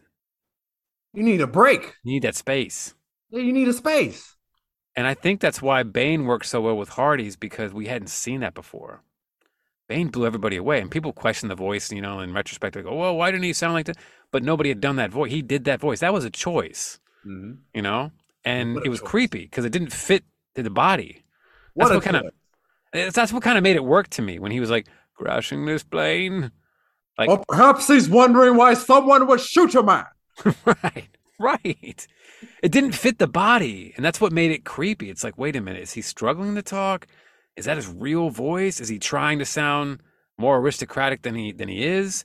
Speaker 2: you need a break.
Speaker 3: You need that space,
Speaker 2: You need a space.
Speaker 3: and I think that's why Bane worked so well with Hardy's because we hadn't seen that before. Bane blew everybody away, and people question the voice. You know, in retrospect, they go, "Well, why didn't he sound like that?" But nobody had done that voice. He did that voice. That was a choice, you know, and
Speaker 2: What a
Speaker 3: it was
Speaker 2: choice.
Speaker 3: creepy because it didn't fit to the body.
Speaker 2: What
Speaker 3: That's
Speaker 2: a
Speaker 3: what kinda-
Speaker 2: choice.
Speaker 3: It's, that's what kind of made it work to me when he was like crashing this plane. [laughs] Like,
Speaker 2: Or perhaps he's wondering why someone would shoot your man.
Speaker 3: right, right. It didn't fit the body, and that's what made it creepy. It's like, wait a minute, is he struggling to talk? Is that his real voice? Is he trying to sound more aristocratic than he than he is?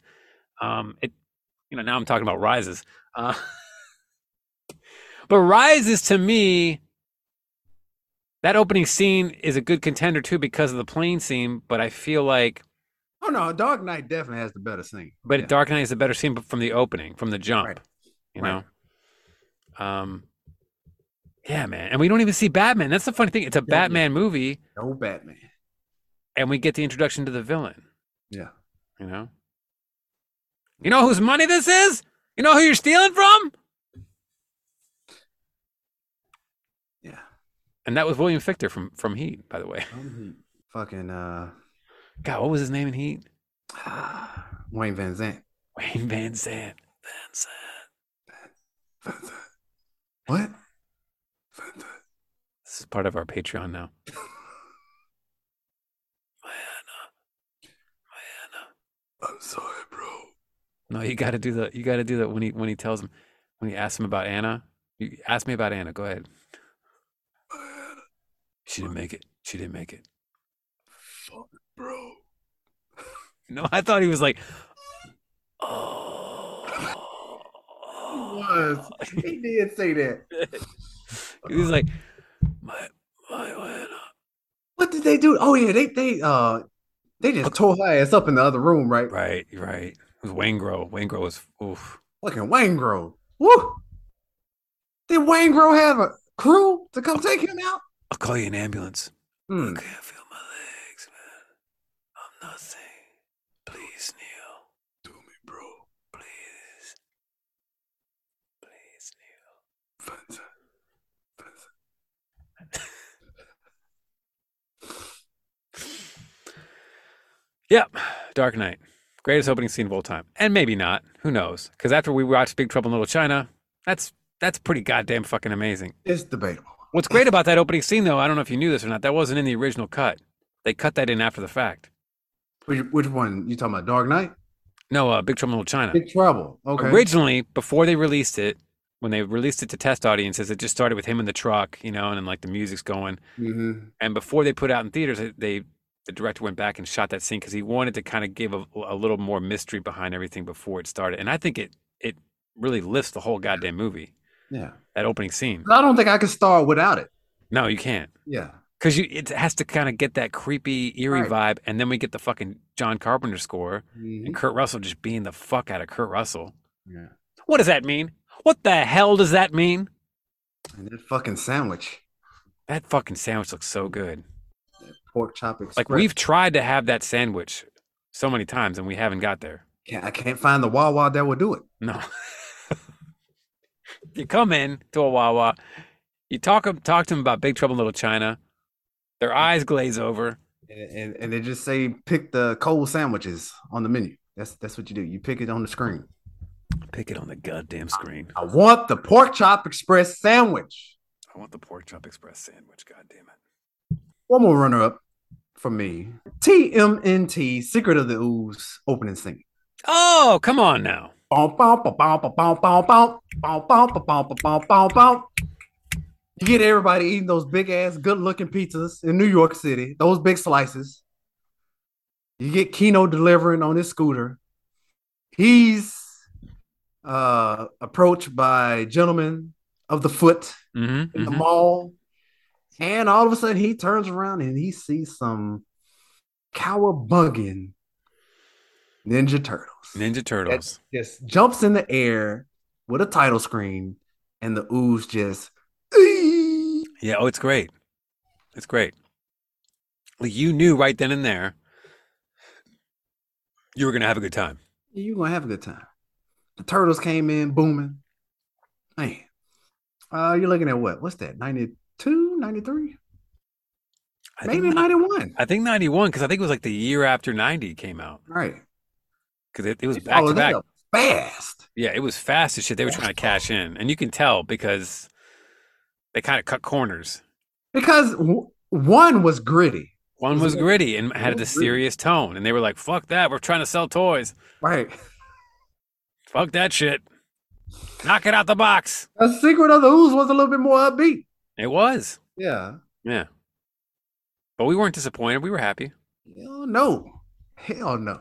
Speaker 3: Um, it, you know, now I'm talking about rises. Uh, [laughs] but rises to me, that opening scene is a good contender too because of the plane scene. But I feel like
Speaker 2: Oh no, Dark Knight definitely has the better scene.
Speaker 3: But
Speaker 2: Yeah.
Speaker 3: Dark Knight is a better scene from the opening, from the jump.
Speaker 2: Right.
Speaker 3: You
Speaker 2: Right.
Speaker 3: know? Um Yeah, man. And we don't even see Batman. That's the funny thing. It's a
Speaker 2: yeah.
Speaker 3: Batman movie
Speaker 2: no Batman.
Speaker 3: and we get the introduction to the villain,
Speaker 2: Yeah.
Speaker 3: you know? You know whose money this is? You know who you're stealing from?
Speaker 2: Yeah.
Speaker 3: And that was William Fichter from from Heat, by the way.
Speaker 2: Um, Fucking uh [sighs]
Speaker 3: God, what was his name in Heat? [laughs]
Speaker 2: Wayne Van Zant.
Speaker 3: Wayne Van Zandt. Van Zandt.
Speaker 2: Van Zant. What? Van Zant.
Speaker 3: This is part of our Patreon now.
Speaker 2: I'm sorry, bro.
Speaker 3: No, you got to do the you got to do that when he when he tells him when he asks him about Anna. You ask me about Anna. Go ahead. She didn't make it. She didn't make it.
Speaker 2: Bro.
Speaker 3: No, I thought he was like, oh, [laughs]
Speaker 2: Was. He did say that.
Speaker 3: he was like, my my Anna.
Speaker 2: What did they do? Oh yeah, they they uh they just tore her ass up in the other room, right?
Speaker 3: Right, right. It was Wangro. Wangro was oof.
Speaker 2: Fucking Wangro. Woo! Did Wangro have a crew to come take him out?
Speaker 3: I'll call you an ambulance.
Speaker 2: Hmm.
Speaker 3: can't feel my legs, man. I'm nothing. Please kneel. Do me, bro. Please. Please kneel. Yep. Dark Knight. Greatest opening scene of all time. And maybe not. Who knows? Because after we watched Big Trouble in Little China, that's that's pretty goddamn fucking amazing.
Speaker 2: It's debatable.
Speaker 3: What's great about that opening scene, though, I don't know if you knew this or not, that wasn't in the original cut. They cut that in after the fact.
Speaker 2: Which, which one? You talking about Dark Knight?
Speaker 3: No, uh, Big Trouble in Little China.
Speaker 2: Big Trouble. Okay.
Speaker 3: Originally, before they released it, when they released it to test audiences, it just started with him in the truck, you know, and then like the music's going.
Speaker 2: Mhm.
Speaker 3: And before they put it out in theaters, they- they the director went back and shot that scene because he wanted to kind of give a, a little more mystery behind everything before it started. And I think it it really lifts the whole goddamn movie.
Speaker 2: Yeah.
Speaker 3: that opening scene.
Speaker 2: I don't think I could start without it.
Speaker 3: No, you can't.
Speaker 2: Yeah.
Speaker 3: Because you it has to kind of get that creepy, eerie vibe, and then we get the fucking John Carpenter score
Speaker 2: Mm-hmm.
Speaker 3: and Kurt Russell just being the fuck out of Kurt Russell.
Speaker 2: Yeah.
Speaker 3: What does that mean? What the hell does that mean?
Speaker 2: And that fucking sandwich,
Speaker 3: That fucking sandwich looks so good.
Speaker 2: pork chop express.
Speaker 3: Like we've tried to have that sandwich so many times and we haven't got there.
Speaker 2: Can't- I can't find the Wawa that will do it.
Speaker 3: No. [laughs] you come in to a Wawa, you talk him, talk to him about Big Trouble in Little China. Their eyes glaze over.
Speaker 2: And, and, and they just say pick the cold sandwiches on the menu. That's that's what you do. You pick it on the screen.
Speaker 3: Pick it on the goddamn screen.
Speaker 2: I want the pork chop express sandwich.
Speaker 3: I want the pork chop express sandwich. God damn it.
Speaker 2: One more runner up for me. TMNT Secret of the Ooze opening scene.
Speaker 3: Oh, come on now.
Speaker 2: Bom, bom, bom, bom, bom, bom, bom, bom. Bom, bom, bom, bom, bom, bom, bom, bom. You get everybody eating those big ass, good looking pizzas in New York City, those big slices. You get Kino delivering on his scooter. He's uh, approached by gentlemen of the foot
Speaker 3: Mm-hmm,
Speaker 2: in the mall. And all of a sudden he turns around and he sees some cowabungan Ninja Turtles.
Speaker 3: Ninja Turtles.
Speaker 2: Just jumps in the air with a title screen and the ooze just
Speaker 3: Yeah, oh, it's great. It's great. Like, you knew right then and there you were going to have a good time.
Speaker 2: you're gonna have a good time. The turtles came in booming. Man. Uh you're looking at what? What's that? 92, 93?
Speaker 3: I think
Speaker 2: Maybe
Speaker 3: ni-
Speaker 2: 91.
Speaker 3: I think 91, because I think it was like the year after 90 came out.
Speaker 2: Right.
Speaker 3: Because it, it was back
Speaker 2: Follow
Speaker 3: to
Speaker 2: that
Speaker 3: back.
Speaker 2: up fast.
Speaker 3: Yeah, it was fast as shit. They were trying to cash in. And you can tell because they kind of cut corners.
Speaker 2: Because w- one was gritty.
Speaker 3: One
Speaker 2: was
Speaker 3: was
Speaker 2: gritty.
Speaker 3: gritty and had
Speaker 2: was
Speaker 3: a
Speaker 2: gritty.
Speaker 3: serious tone. And they were like, fuck that. We're trying to sell toys.
Speaker 2: Right.
Speaker 3: Fuck that shit. Knock it out the box.
Speaker 2: The Secret of the Ooze was a little bit more upbeat.
Speaker 3: It was.
Speaker 2: Yeah.
Speaker 3: Yeah. But we weren't disappointed. We were happy.
Speaker 2: Hell no. Hell no.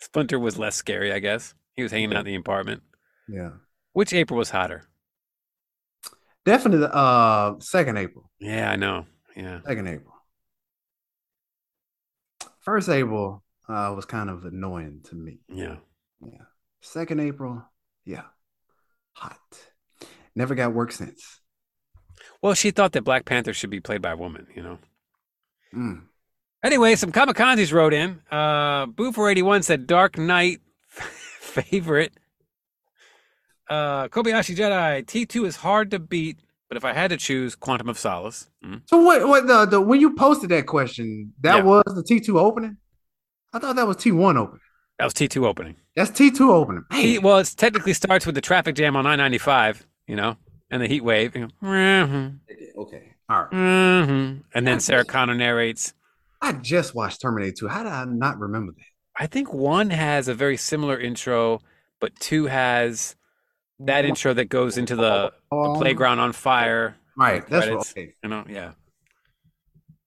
Speaker 3: Splinter was less scary, I guess. He was hanging out in the apartment.
Speaker 2: Yeah.
Speaker 3: Which April was hotter?
Speaker 2: Definitely the uh, second April.
Speaker 3: Yeah, I know. Yeah.
Speaker 2: Second April. First April uh, was kind of annoying to me.
Speaker 3: Yeah.
Speaker 2: Second April, yeah. Hot. Never got work since.
Speaker 3: Well, she thought that Black Panther should be played by a woman, you know.
Speaker 2: Mm.
Speaker 3: Anyway, some kamikazes wrote in. Uh, Boo481 said Dark Knight [laughs] favorite. Uh, Kobayashi Jedi T2 is hard to beat, but if I had to choose, Quantum of Solace. Mm.
Speaker 2: So what what the, the when you posted that question, that
Speaker 3: Yeah.
Speaker 2: was the T2 opening? I thought that was T1 opening.
Speaker 3: That was T2 opening.
Speaker 2: That's T2 opening. Man.
Speaker 3: He, well, it technically starts with the traffic jam on I 95, you know, and the heat wave. You know,
Speaker 2: okay. All right.
Speaker 3: hmm And then Sarah Connor narrates.
Speaker 2: I just watched Terminator 2. How did I not remember that?
Speaker 3: I think one has a very similar intro, but two has that intro that goes into the, the
Speaker 2: Um,
Speaker 3: playground on fire.
Speaker 2: All right, that's what,
Speaker 3: Credits.
Speaker 2: okay.
Speaker 3: You know, yeah.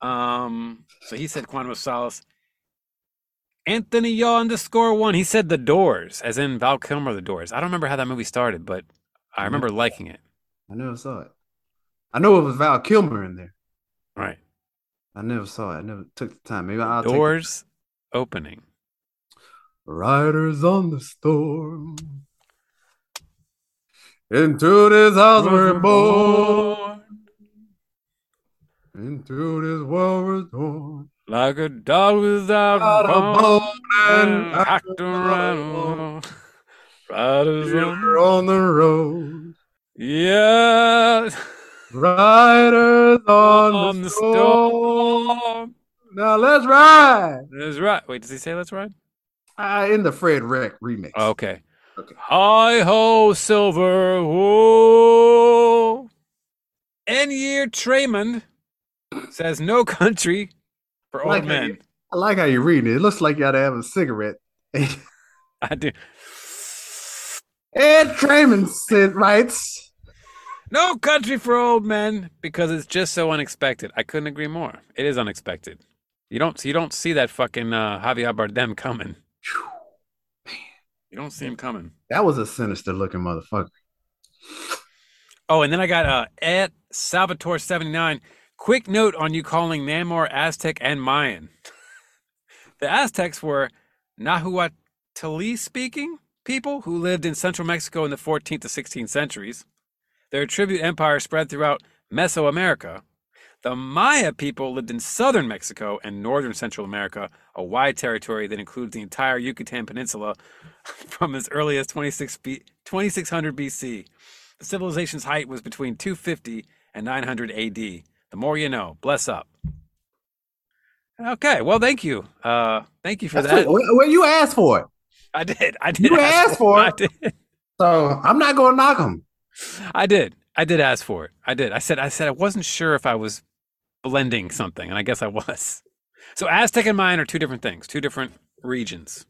Speaker 3: Um. So he said Quantum of Solace. Anthony Yaw underscore one. He said The Doors, as in Val Kilmer, The Doors. I don't remember how that movie started, but I remember liking it.
Speaker 2: I never saw it. I know it was Val Kilmer in there.
Speaker 3: Right.
Speaker 2: I never saw it. I never took the time. Maybe I'll take
Speaker 3: Doors opening.
Speaker 2: it. Riders on the storm. Into this house we're born. Into this world we're born.
Speaker 3: Like a dog without
Speaker 2: Out
Speaker 3: a
Speaker 2: of
Speaker 3: bone.
Speaker 2: bone and out
Speaker 3: Rock
Speaker 2: of
Speaker 3: the
Speaker 2: bone.
Speaker 3: [laughs] rattle. Riders
Speaker 2: We're
Speaker 3: on.
Speaker 2: on the road.
Speaker 3: Yeah.
Speaker 2: Riders on,
Speaker 3: On
Speaker 2: the
Speaker 3: the
Speaker 2: storm.
Speaker 3: storm.
Speaker 2: Now let's ride.
Speaker 3: That's right. Wait, does he say let's ride?
Speaker 2: Uh, in the Fred Reck remix.
Speaker 3: Okay.
Speaker 2: Okay.
Speaker 3: Hi ho, Silver. Whoa. N year Traymond says no country for old
Speaker 2: Like how
Speaker 3: men.
Speaker 2: you- I like how you're reading it. It looks like you ought to have a cigarette. and
Speaker 3: I do.
Speaker 2: Trayman said, writes,
Speaker 3: No country for old men because it's just so unexpected. I couldn't agree more. It is unexpected. You don't you don't see that fucking uh, Javier Bardem coming. You don't see him coming.
Speaker 2: that was a sinister looking motherfucker.
Speaker 3: Oh, and then I got uh, at Salvatore seventy nine. Quick note on you calling Namor Aztec and Mayan. [laughs] the Aztecs were Nahuatl speaking people who lived in central Mexico in the 14th to 16th centuries. Their tribute empire spread throughout Mesoamerica. The Maya people lived in southern Mexico and northern Central America, a wide territory that includes the entire Yucatan Peninsula [laughs] from as early as 26 B- 2600 BC. The civilization's height was between 250 and 900 AD. The more you know. Bless up. Okay, well, thank you. Uh, thank you for
Speaker 2: That's
Speaker 3: that.
Speaker 2: what- well, you asked for it,
Speaker 3: I did. I did.
Speaker 2: You
Speaker 3: ask
Speaker 2: asked for
Speaker 3: I
Speaker 2: it.
Speaker 3: did.
Speaker 2: so I'm not going to knock him.
Speaker 3: I did. I did ask for it. I did. I said. I said. I wasn't sure if I was blending something, and I guess I was. So Aztec and Mayan are two different things, two different regions.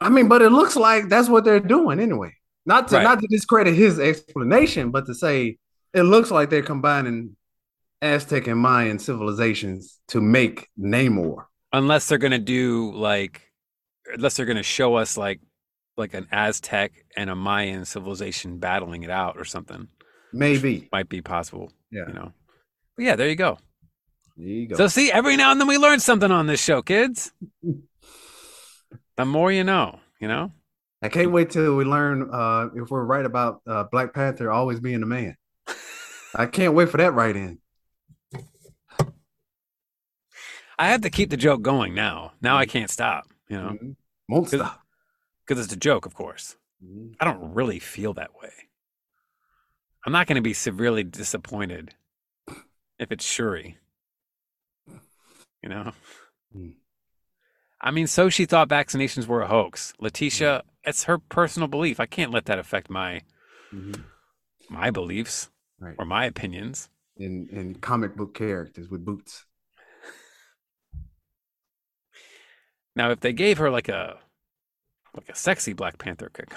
Speaker 2: I mean, but it looks like that's what they're doing anyway. Not to
Speaker 3: Right.
Speaker 2: not to discredit his explanation, but to say it looks like they're combining Aztec and Mayan civilizations to make Namor.
Speaker 3: unless they're gonna do like unless they're gonna show us like like an aztec and a mayan civilization battling it out or something
Speaker 2: Maybe.
Speaker 3: might be possible
Speaker 2: Yeah.
Speaker 3: you know but yeah there you go.
Speaker 2: There you go.
Speaker 3: so see every now and then we learn something on this show
Speaker 2: [laughs]
Speaker 3: kids the more you know you know
Speaker 2: I can't wait till we learn uh, if we're right about uh, Black Panther always being a man.
Speaker 3: [laughs]
Speaker 2: I can't wait for that right in.
Speaker 3: i have to keep the joke going now now i can't stop you know
Speaker 2: Mm. Won't
Speaker 3: Good.
Speaker 2: stop.
Speaker 3: because it's a joke of course
Speaker 2: Mhm.
Speaker 3: i don't really feel that way i'm not gonna be severely disappointed if it's shuri you know
Speaker 2: Mm.
Speaker 3: I mean, so she thought vaccinations were a hoax. Letitia, it's her personal belief. I can't let that affect my
Speaker 2: Mhm.
Speaker 3: my beliefs
Speaker 2: Right.
Speaker 3: or my opinions.
Speaker 2: In in comic book characters with boots.
Speaker 3: Now, if they gave her like a like a sexy Black Panther kick,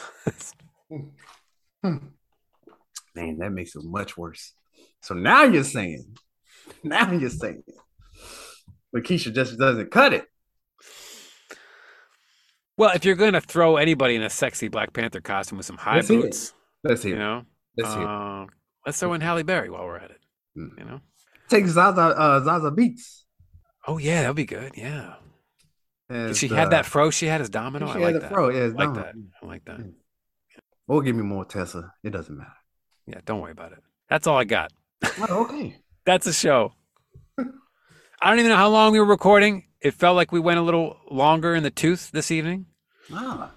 Speaker 2: Man, that makes it much worse. So now you're saying, [laughs] now you're saying, Lakeisha just doesn't cut it.
Speaker 3: well, if you're going to throw anybody in a sexy Black Panther costume with some high
Speaker 2: Let's hear it.
Speaker 3: boots,
Speaker 2: Let's
Speaker 3: you
Speaker 2: hear. it.
Speaker 3: know,
Speaker 2: Let's hear. it.
Speaker 3: uh, let's throw in Halle Berry while we're at it.
Speaker 2: Mm.
Speaker 3: You know,
Speaker 2: Take Zaza uh, Zaza Beats.
Speaker 3: oh yeah, that'd be good. Yeah,
Speaker 2: as
Speaker 3: she
Speaker 2: the-
Speaker 3: had that fro she had as Domino.
Speaker 2: She
Speaker 3: I
Speaker 2: had
Speaker 3: like
Speaker 2: the
Speaker 3: that.
Speaker 2: fro. Yeah, Hmm.
Speaker 3: I like that. I like that.
Speaker 2: Or oh, give me more Tessa. It doesn't matter.
Speaker 3: Yeah, don't worry about it. That's all I got.
Speaker 2: Oh, okay.
Speaker 3: That's a show. I don't even know how long we were recording. It felt like we went a little longer in the tooth this evening.
Speaker 2: Ah,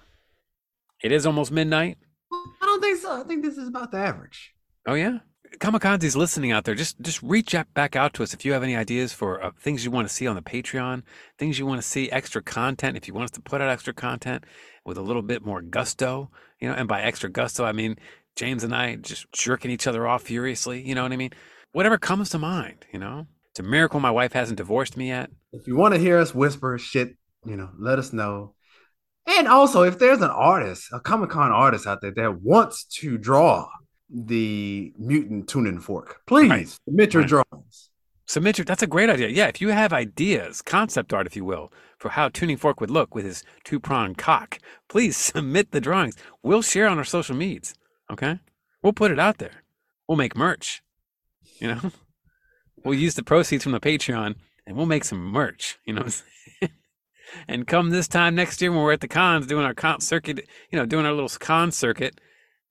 Speaker 3: It is almost midnight.
Speaker 2: I don't think so. I think this is about the average.
Speaker 3: Oh yeah. Kamikaze's listening out there. Just just reach out back out to us if you have any ideas for uh, things you want to see on the Patreon, things you want to see extra content. If you want us to put out extra content with a little bit more gusto, you know, and by extra gusto I mean James and I just jerking each other off furiously. You know what I mean? Whatever comes to mind. You know, it's a miracle my wife hasn't divorced me yet.
Speaker 2: If you want to hear us whisper shit, you know, let us know. And also, if there's an artist, a Comic Con artist out there that wants to draw the mutant tuning fork, please
Speaker 3: Right.
Speaker 2: submit your
Speaker 3: Right.
Speaker 2: drawings.
Speaker 3: Submit your, that's a great idea. Yeah, if you have ideas, concept art, if you will, for how Tuning Fork would look with his two pronged cock, please [laughs] submit the drawings. We'll share on our social medias. Okay? We'll put it out there. We'll make merch. You know? [laughs] We'll use the proceeds from the Patreon and we'll make some merch. You know [laughs] what I'm saying? and come this time next year when we're at the cons doing our con circuit, you know, doing our little con circuit,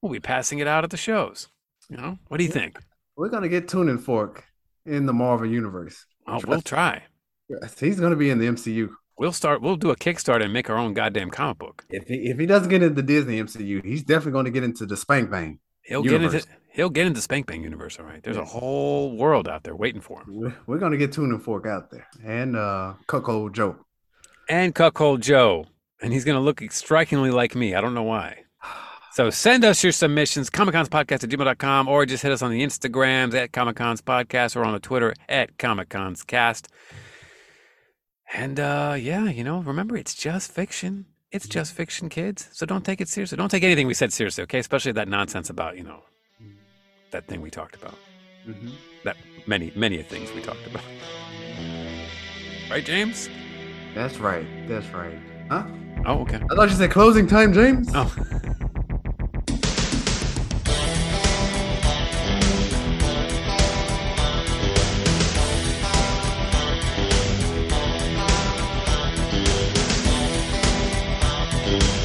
Speaker 3: we'll be passing it out at the shows. You know? What do you think?
Speaker 2: We're gonna get tuning fork in the Marvel universe.
Speaker 3: Oh, we'll try.
Speaker 2: Yes, He's gonna be in the MCU.
Speaker 3: We'll start. We'll do a Kickstarter and make our own goddamn comic book.
Speaker 2: If he if he doesn't get into the Disney MCU, he's definitely gonna get into the Spank Bang.
Speaker 3: He'll get
Speaker 2: Universe.
Speaker 3: into he'll get into Spank Bang universe. All right, there's a
Speaker 2: Yes.
Speaker 3: whole world out there waiting for him.
Speaker 2: We're, we're gonna get tuning fork out there and uh Cuckold Joe.
Speaker 3: And Cuckold Joe, and he's gonna look strikingly like me. I don't know why. So send us your submissions, comiconspodcast at gmail.com, or just hit us on the Instagrams at comiconspodcast or on the Twitter at comiconscast. And uh, yeah, you know, remember it's just fiction. It's just fiction, kids. So don't take it seriously. Don't take anything we said seriously, okay? Especially that nonsense about you know that thing we talked about. That many many things we talked about. Right, James?
Speaker 2: That's right. That's right. Huh?
Speaker 3: Oh, okay.
Speaker 2: I thought you said closing time, James.
Speaker 3: Oh. Peace.